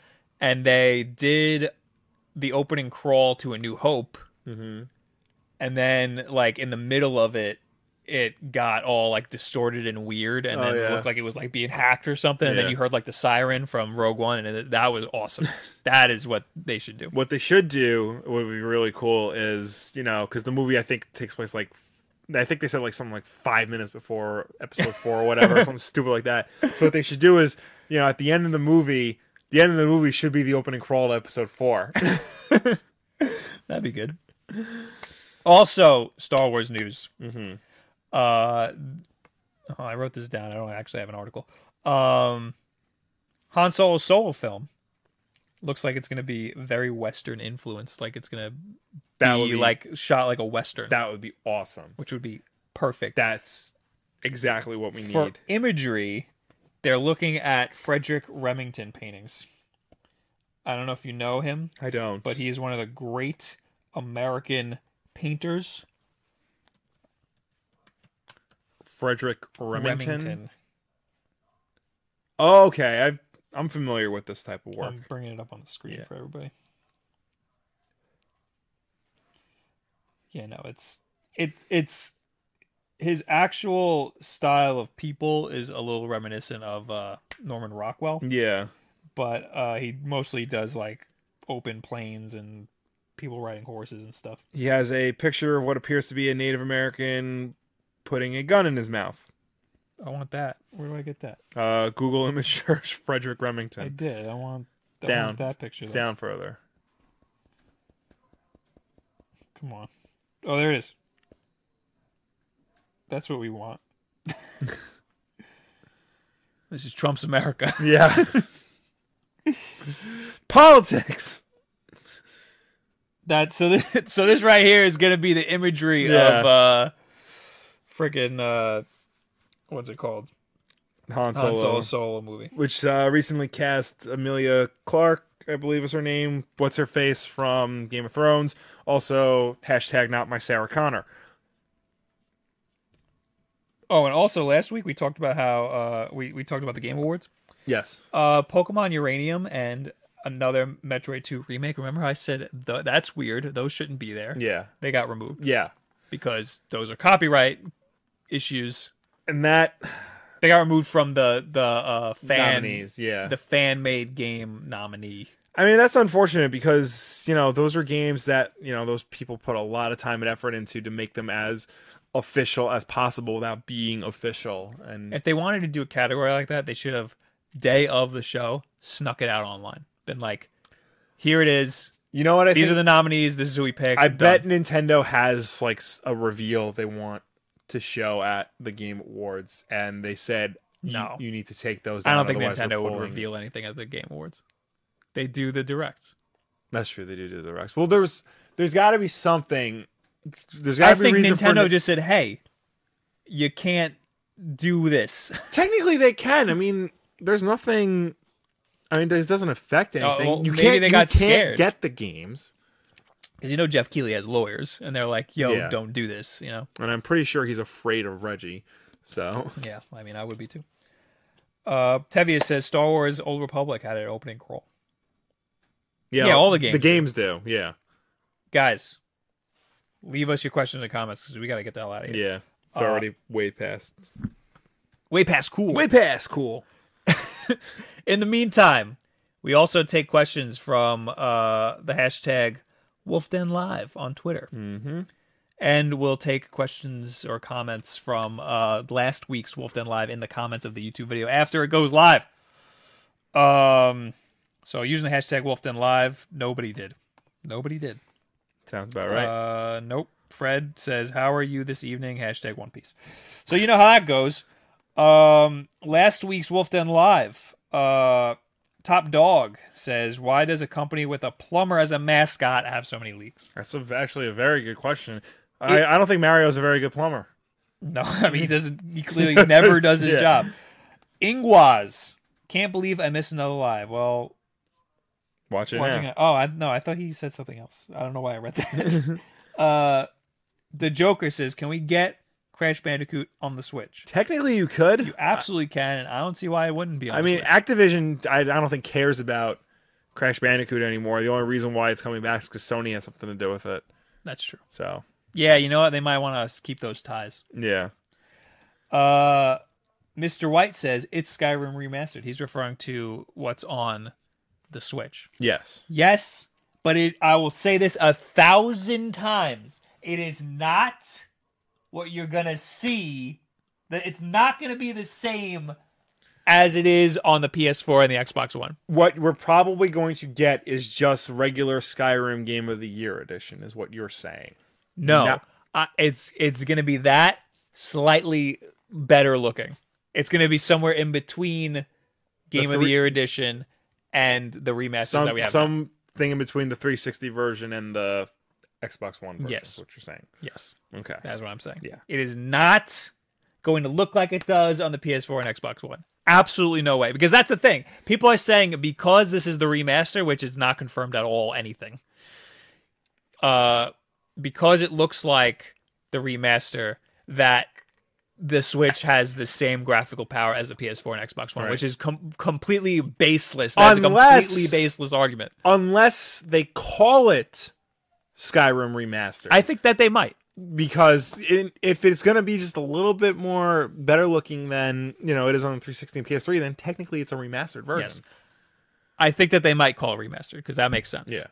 A: and they did the opening crawl to A New Hope, and then like in the middle of it, it got all like distorted and weird, and
B: Oh,
A: then
B: yeah.
A: looked like it was like being hacked or something, and
B: Yeah.
A: then you heard like the siren from Rogue One, and it, that was awesome. that is what they should do.
B: What they should do, what would be really cool, is you know, because the movie I think takes place like. I think they said like something like five minutes before episode four or whatever, something stupid like that. So what they should do is, you know, at the end of the movie, the end of the movie should be the opening crawl to episode four.
A: That'd be good. Also, Star Wars news. Uh, oh, I wrote this down. I don't actually have an article. Um, Han Solo's solo film looks like it's going to be very Western influenced. Like it's going to
B: That
A: be,
B: would be like
A: like shot like a Western,
B: that would be awesome.
A: which would be perfect.
B: That's exactly what we need.
A: For imagery, they're looking at Frederick Remington paintings. I don't know if you know him,
B: I don't.
A: but he is one of the great American painters.
B: Frederick Remington.
A: Remington.
B: Oh, okay, I've, I'm familiar with this type of work.
A: I'm bringing it up on the screen
B: Yeah.
A: for everybody. Yeah, no, it's it it's his actual style of people is a little reminiscent of uh, Norman Rockwell,
B: yeah,
A: but uh, he mostly does like open plains and people riding horses and stuff.
B: he has a picture of what appears to be a Native American putting a gun in his mouth.
A: I want that. Where do I get that?
B: Uh, Google image search Frederick
A: I
B: Remington.
A: did. I want, I
B: Down.
A: want that picture.
B: It's
A: though.
B: down further.
A: Come on. Oh, there it is. That's what we want. this is Trump's America.
B: Yeah. Politics.
A: That so this, so this right here is gonna be the imagery
B: Yeah.
A: of uh freaking uh what's it called? Han
B: Han Solo,
A: Solo solo movie.
B: which uh, recently cast Amelia Clark, I believe is her name. What's her face from Game of Thrones? Also hashtag not my Sarah Connor.
A: Oh, and also last week we talked about how uh we, we talked about the game awards.
B: Yes.
A: Uh Pokemon Uranium and another Metroid 2 remake. Remember I said th- that's weird. Those shouldn't be there.
B: Yeah.
A: They got removed
B: Yeah.
A: because those are copyright issues.
B: And that
A: They got removed from the the uh, fan
B: nominees. Yeah.
A: the fan made game nominee.
B: I mean, that's unfortunate because, you know, those are games that, you know, those people put a lot of time and effort into to make them as official as possible without being official. And
A: If they wanted to do a category like that, they should have day of the show snuck it out online. Been like, here it is.
B: you know what I
A: These
B: think?
A: are the nominees. This is who we picked.
B: I
A: Done.
B: bet Nintendo has like s- a reveal they want to show at the Game Awards and they said you-
A: No.
B: you, need to take those down.
A: I don't think
B: otherwise we're
A: Nintendo would
B: pulling-
A: reveal anything at the Game Awards. They do the direct.
B: That's true, they do do the Rex. Well, there's there's got to be something there's got
A: I
B: to be
A: think
B: reason
A: Nintendo
B: for
A: just said, "Hey, you can't do this."
B: Technically, they can. I mean, there's nothing. I mean, this doesn't affect anything.
A: Oh, well,
B: you
A: maybe
B: can't.
A: they got
B: you can't
A: scared.
B: get the games,
A: Because you know Jeff Keighley has lawyers, and they're like, "Yo,
B: Yeah.
A: don't do this." You know.
B: and I'm pretty sure he's afraid of Reggie. So
A: Yeah, I mean, I would be too. Uh, Tevia says Star Wars Old Republic had an opening crawl. Yeah, all the games
B: The
A: do.
B: games do. Yeah,
A: Guys, leave us your questions and comments because we got to get the hell out of here.
B: yeah.
A: Uh,
B: It's already way past.
A: Way past cool.
B: past cool.
A: In the meantime, we also take questions from uh, the hashtag Wolfden Live on Twitter. Mm-hmm. And we'll take questions or comments from uh, last week's Wolfden Live in the comments of the YouTube video after it goes live. Um, so using the hashtag Wolfden Live, nobody did. Nobody did.
B: Sounds about right.
A: Uh, nope. Fred says, "How are you this evening?" Hashtag One Piece. So you know how that goes. Um, last week's Wolf Den Live. Uh, Top Dog says, "Why does a company with a plumber as a mascot have so many leaks?"
B: That's a, actually a very good question. I, I don't think Mario's a very good plumber.
A: No, I mean he doesn't. He clearly never does his
B: Yeah.
A: job. Ingwaz, can't believe I missed another live. Well,
B: Watch it
A: watching
B: now.
A: it. Oh, I no, I thought he said something else. I don't know why I read that. uh, the Joker says, "Can we get Crash Bandicoot on the Switch?"
B: Technically, you could.
A: You absolutely can, and I don't see why it wouldn't be. On
B: I
A: the
B: mean,
A: Switch.
B: Activision, I, I don't think cares about Crash Bandicoot anymore. The only reason why it's coming back is because Sony has something to do with it.
A: that's true.
B: So
A: Yeah, you know what? They might want to keep those ties.
B: yeah,
A: Uh, Mr. White says it's Skyrim remastered. He's referring to what's on the Switch.
B: yes,
A: Yes, but it. I will say this a thousand times. It is not what you're gonna see. That it's not gonna be the same as it is on the PS4 and the Xbox One.
B: What we're probably going to get is just regular Skyrim Game of the Year edition, is what you're saying.
A: No,
B: No.
A: Uh, it's it's gonna be that slightly better looking. It's gonna be somewhere in between Game of the
B: three-
A: Year edition and the remasters that
B: Some
A: we have. now.
B: something in between the 360 version and the Xbox One version.
A: Yes.
B: is what you're saying.
A: Yes,
B: Okay.
A: that's what I'm saying.
B: Yeah.
A: it is not going to look like it does on the PS4 and Xbox One. Absolutely no way, because that's the thing. People are saying because this is the remaster, which is not confirmed at all anything. Uh, because it looks like the remaster that the Switch has the same graphical power as the PS4 and Xbox One,
B: Right.
A: which is com- completely baseless. That's a
B: Unless-
A: completely baseless argument.
B: Unless they call it Skyrim Remastered.
A: I think that they might.
B: because in, if it's going to be just a little bit more better looking than you know it is on the 360 and PS3, then technically it's a remastered version.
A: Yes. I think that they might call it remastered because that makes sense.
B: Yeah.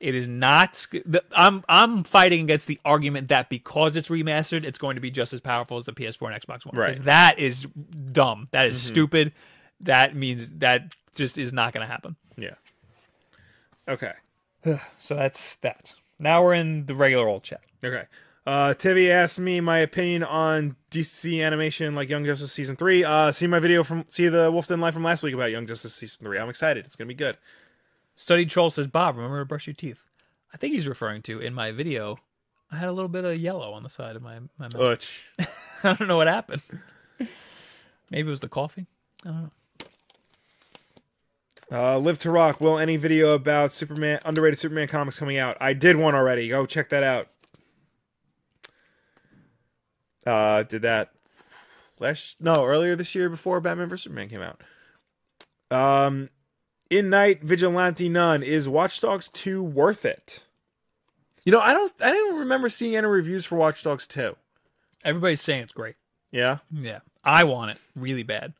A: It is not. sc- the- I'm I'm fighting against the argument that because it's remastered, it's going to be just as powerful as the PS4 and Xbox One. 'Cause
B: Right.
A: That is dumb. That is stupid. That means that just is not going to happen.
B: Yeah. Okay.
A: So that's that. Now we're in the regular old chat.
B: Okay. Uh, Tivy asked me my opinion on DC animation like Young Justice season three. Uh, see my video from see the Wolf Den live from last week about Young Justice season three. I'm excited. It's gonna be good.
A: Study Troll says, Bob, remember to brush your teeth. I think he's referring to in my video. I had a little bit of yellow on the side of my my mouth.
B: Butch.
A: I don't know what happened. Maybe it was the coffee. I don't know.
B: Uh, Live to Rock. Will any video about Superman underrated Superman comics coming out? I did one already. Go check that out. Uh, did that last? No, earlier this year before Batman vs Superman came out. Um, in night vigilante nun is Watch Dogs two worth it? You know, I don't. I didn't remember seeing any reviews for Watch Dogs two.
A: Everybody's saying it's great.
B: Yeah.
A: Yeah. I want it really bad.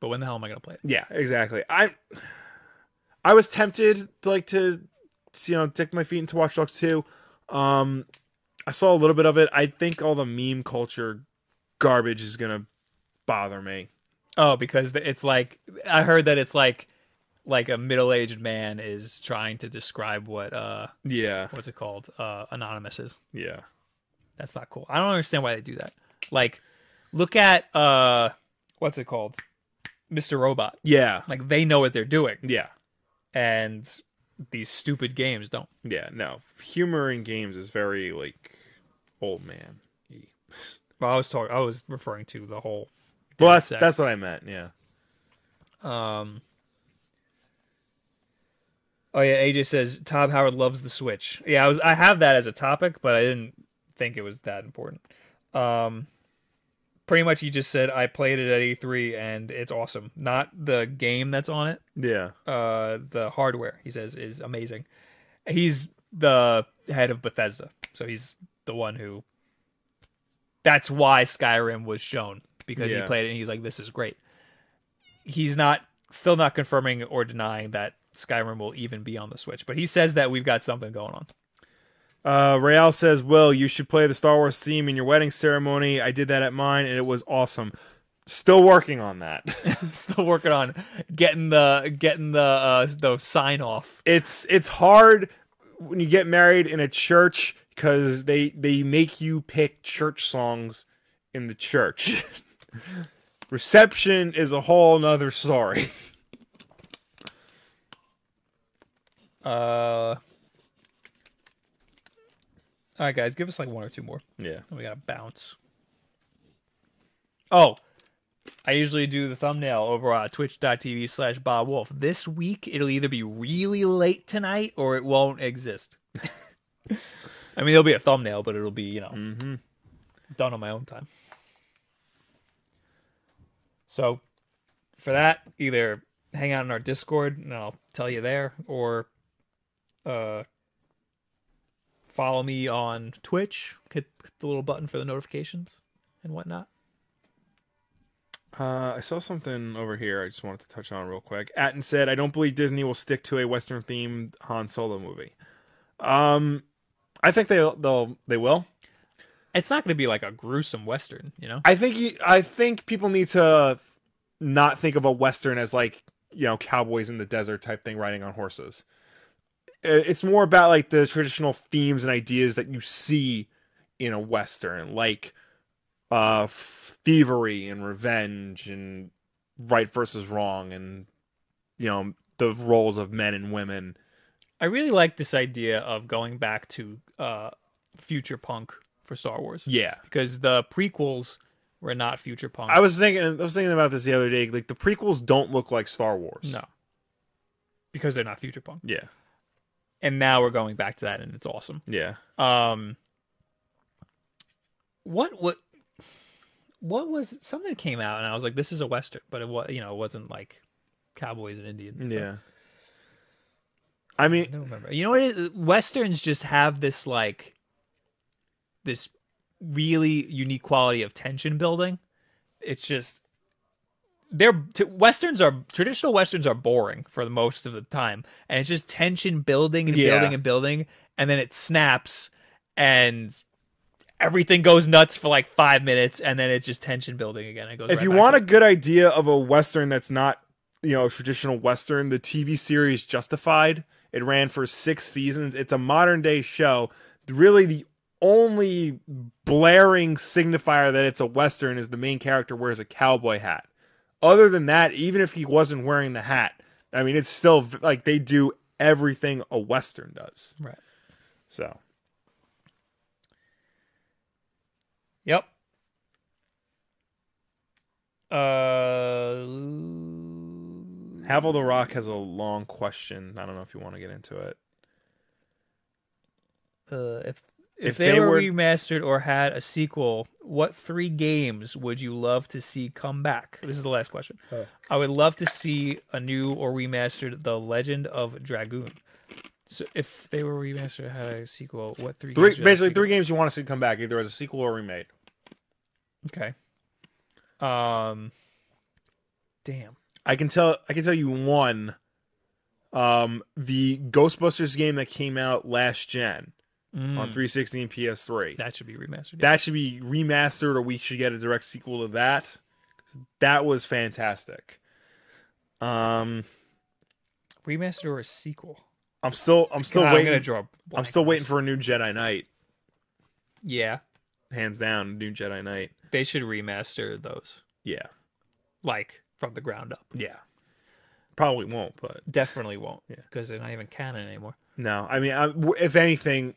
A: But when the hell am I going to play it?
B: Yeah, exactly. I I was tempted to like to to, you know dip my feet into Watch Dogs 2. Um I saw a little bit of it. I think all the meme culture garbage is gonna bother me.
A: Oh, because th- it's like I heard that it's like like a middle-aged man is trying to describe what uh
B: Yeah.
A: what's it called? Uh anonymous is.
B: Yeah.
A: That's not cool. I don't understand why they do that. Like look at uh what's it called? Mr. Robot.
B: Yeah.
A: Like they know what they're doing
B: Yeah.
A: and these stupid games don't.
B: Yeah. No. Humor in games is very like old man.
A: Well, I was talking I was referring to the whole
B: Well that's
A: sex.
B: that's what I meant, yeah.
A: Um. Oh yeah, AJ says Todd Howard loves the Switch. Yeah, I was I have that as a topic, but I didn't think it was that important. Um, pretty much, he just said I played it at E3 and it's awesome. Not the game that's on it,
B: Yeah.
A: uh, the hardware. He says is amazing. He's the head of Bethesda, so he's the one who. That's why Skyrim was shown because he
B: Yeah.
A: played it and he's like, "This is great." he's not still not confirming or denying that Skyrim will even be on the Switch, but he says that we've got something going on.
B: Uh, Real says, "Will you should play the Star Wars theme in your wedding ceremony. I did that at mine, and it was awesome. Still working on that.
A: still working on getting the getting the uh, the sign off.
B: it's it's hard when you get married in a church because they they make you pick church songs in the church. Reception is a whole nother story.
A: Uh, all right, guys, give us like one or two more.
B: Yeah.
A: We gotta bounce. Oh, I usually do the thumbnail over on twitch.tv slash Bob Wolf. This week, it'll either be really late tonight or it won't exist. I mean, there'll be a thumbnail, but it'll be, you know, done on my own time. So, for that, either hang out in our Discord and I'll tell you there or uh, follow me on Twitch. Hit the little button for the notifications and whatnot.
B: Uh, I saw something over here. I just wanted to touch on real quick. Atten said, "I don't believe Disney will stick to a Western themed Han Solo movie." Um, I think they they'll they will.
A: It's not going to be like a gruesome western, you know.
B: I think you, I think people need to not think of a western as like you know cowboys in the desert type thing riding on horses I- it's more about like the traditional themes and ideas that you see in a western like uh thievery and revenge and right versus wrong and you know the roles of men and women
A: I really like this idea of going back to uh, future punk for Star Wars
B: yeah
A: because the prequels were not future punk.
B: i was thinking i was thinking about this the other day like the prequels don't look like star wars
A: no, because they're not future punk.
B: yeah
A: And now we're going back to that, and it's awesome.
B: yeah
A: Um, what what what was something came out, and I was like, this is a western, but it was you know it wasn't like cowboys and Indians. and stuff.
B: yeah i mean
A: I don't remember. You know what? It is? Westerns just have this like this really unique quality of tension building. It's just they're t- westerns are traditional westerns are boring for the most of the time, and it's just tension building and
B: Yeah.
A: building and building, and then it snaps and. Everything goes nuts for like five minutes, and then it's just tension building again. It goes.
B: if you want a good idea of a western that's not you know a traditional western the tv series justified it ran for six seasons it's a modern day show really the only blaring signifier that it's a western is the main character wears a cowboy hat other than that even if he wasn't wearing the hat i mean it's still v- like they do everything a western does
A: right?
B: so
A: Yep. Uh,
B: Havel the Rock has a long question. I don't know if you want to get into it.
A: uh, if if,
B: If
A: they,
B: they
A: were,
B: were-
A: remastered or had a sequel, what three games would you love to see come back? This is the last question.
B: Oh.
A: I would love to see a new or remastered The Legend of Dragoon. So if they were remastered, had a sequel, what three?
B: Three
A: games would have a
B: basically
A: sequel?
B: three games you want to see come back, either as a sequel or remade.
A: Okay. Um. Damn.
B: I can tell I can tell you one. Um the Ghostbusters game that came out last gen on
A: Mm,
B: 360 and PS3.
A: that should be remastered.
B: Hmm. That should be remastered or we should get a direct sequel to that. That was fantastic. Um
A: remastered or a sequel.
B: I'm still I'm still
A: God, I'm gonna
B: waiting
A: draw. a
B: I'm,
A: blank
B: still
A: on
B: waiting
A: this.
B: for a new Jedi Knight,
A: Yeah,
B: hands down, new Jedi Knight.
A: they should remaster those
B: Yeah.
A: like from the ground up.
B: Yeah. Probably won't, but
A: Definitely won't.
B: Yeah.
A: because they're not even canon anymore.
B: No, I mean, I, w- if anything,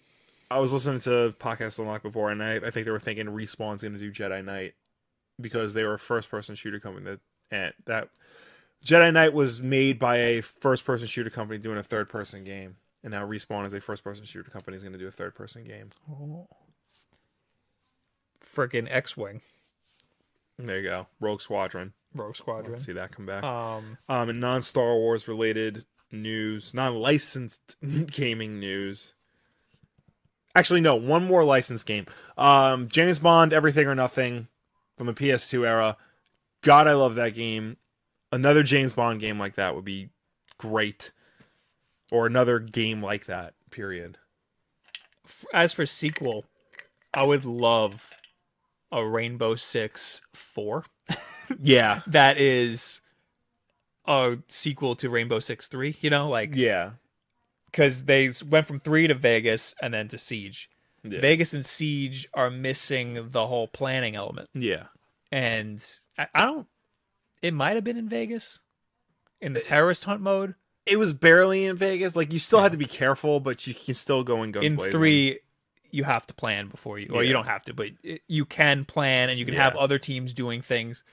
B: I was listening to podcast unlock before, and I, I think they were thinking respawn's going to do Jedi Knight because they were a first person shooter company that and that Jedi Knight was made by a first person shooter company doing a third person game, and now respawn is a first person shooter company is going to do a third person game.
A: Oh. Freaking X-wing,
B: There you go, Rogue Squadron.
A: Rogue Squadron.
B: Let's see that come back.
A: Um,
B: Um, and non Star Wars related news, non licensed gaming news. Actually, no, one more licensed game. Um, James Bond, Everything or Nothing from the PS2 era. God, I love that game. Another James Bond game like that would be great, or another game like that. Period.
A: f- as for sequel, I would love a Rainbow Six Four.
B: Yeah,
A: That is a sequel to Rainbow Six Three. You know, like
B: yeah,
A: because they s- went from three to Vegas and then to Siege.
B: Yeah.
A: Vegas and Siege are missing the whole planning element,
B: yeah.
A: and I, I don't. It might have been in Vegas, in the terrorist hunt mode.
B: It was barely in Vegas. Like you still had to be careful, but you can still go and go.
A: In three, you have to plan before you. Well, you
B: Yeah.
A: don't have to, but it- you can plan, and you can have
B: Yeah.
A: other teams doing things.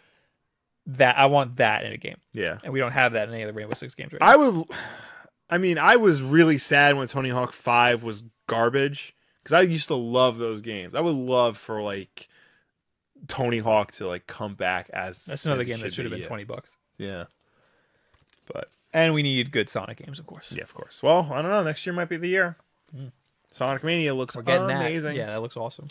A: That I want that in a game,
B: yeah.
A: and we don't have that in any of the Rainbow Six games right now.
B: I would. I mean, I was really sad when Tony Hawk Five was garbage because I used to love those games. I would love for like Tony Hawk to like come back as
A: That's another
B: as it
A: game that should have
B: be,
A: been
B: yeah.
A: twenty bucks.
B: Yeah, but
A: And we need good Sonic games, of course.
B: yeah, of course. Well, I don't know. Next year might be the year. Sonic Mania looks
A: Mm. We're getting
B: amazing.
A: that. Yeah, that looks awesome.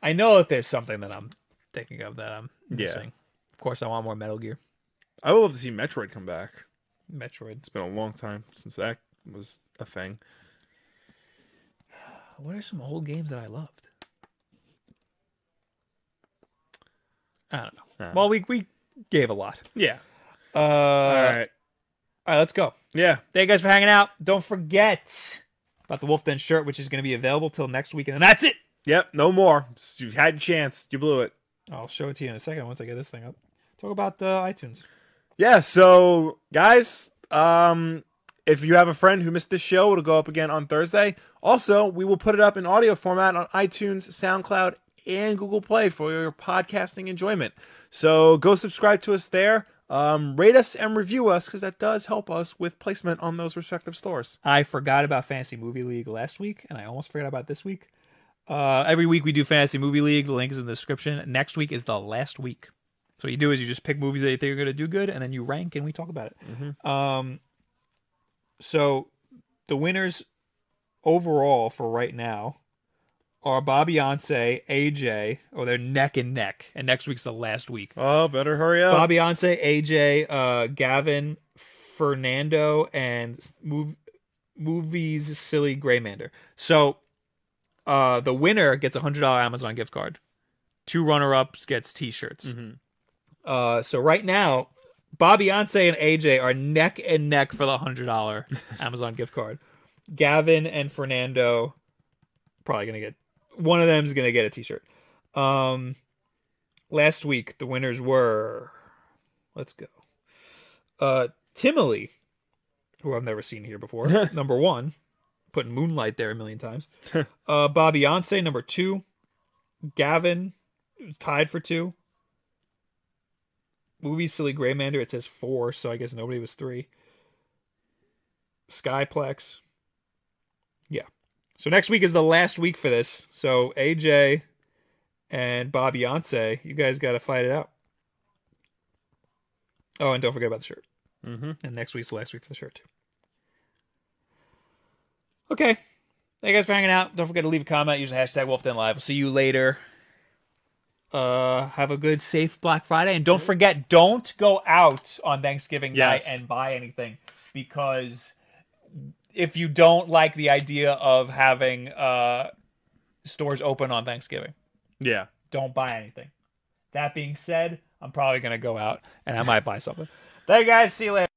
A: I know that there's something that I'm thinking of that I'm
B: Yeah.
A: missing. Of course, I want more Metal Gear,
B: I would love to see Metroid come back.
A: Metroid.
B: It's been a long time since that was a thing.
A: Uh, What are some old games that I loved? I don't know.
B: Uh,
A: Well, we we gave a lot.
B: Yeah.
A: Uh, all
B: All
A: right,
B: right.
A: all right, let's go.
B: Yeah.
A: Thank you guys for hanging out. Don't forget about the Wolf Den shirt, which is going to be available till next weekend, and that's it.
B: Yep. No more. You had your chance. You blew it.
A: I'll show it to you in a second once I get this thing up. Talk about the iTunes.
B: Yeah. So, guys, um, if you have a friend who missed this show, it'll go up again on Thursday. Also, we will put it up in audio format on iTunes, SoundCloud, and Google Play for your podcasting enjoyment. So go subscribe to us there. Um, rate us and review us because that does help us with placement on those respective stores.
A: I forgot about Fantasy Movie League last week, and I almost forgot about this week. Uh, every week we do Fantasy Movie League. The link is in the description. Next week is the last week. So what you do is you just pick movies that you think are going to do good, and then you rank, and we talk about it. Um, so the winners overall for right now are Bobby Beyonce, AJ. Oh, they're neck and neck, and next week's the last week.
B: Oh, better hurry up.
A: Bobby Onse, AJ, uh, Gavin, Fernando, and move, movies silly Graymander. So uh, the winner gets a hundred dollar Amazon gift card. Two runner ups gets t shirts. Uh, so right now, Bobby Onse and AJ are neck and neck for the hundred dollar Amazon gift card. Gavin and Fernando probably gonna get one of them's gonna get a t shirt. Um, last week the winners were let's go uh timely who i've never seen here before number one putting moonlight there a million times uh bobby Onse, number two gavin was tied for two movie silly graymander it says four so i guess nobody was three skyplex yeah so next week is the last week for this so aj and Bob Beyonce, you guys got to fight it out. Oh, and don't forget about the shirt.
B: Mm-hmm.
A: And next week's the last week for the shirt, too. Okay. Thank you guys for hanging out. Don't forget to leave a comment. Use the hashtag WolfDenLive. We'll see you later. Uh, have a good, safe Black Friday. And don't forget, don't go out on Thanksgiving
B: Yes.
A: night and buy anything because if you don't like the idea of having uh, stores open on Thanksgiving
B: Yeah.
A: don't buy anything. That being said, I'm probably going to go out and I might buy something. Thank you guys. See you later.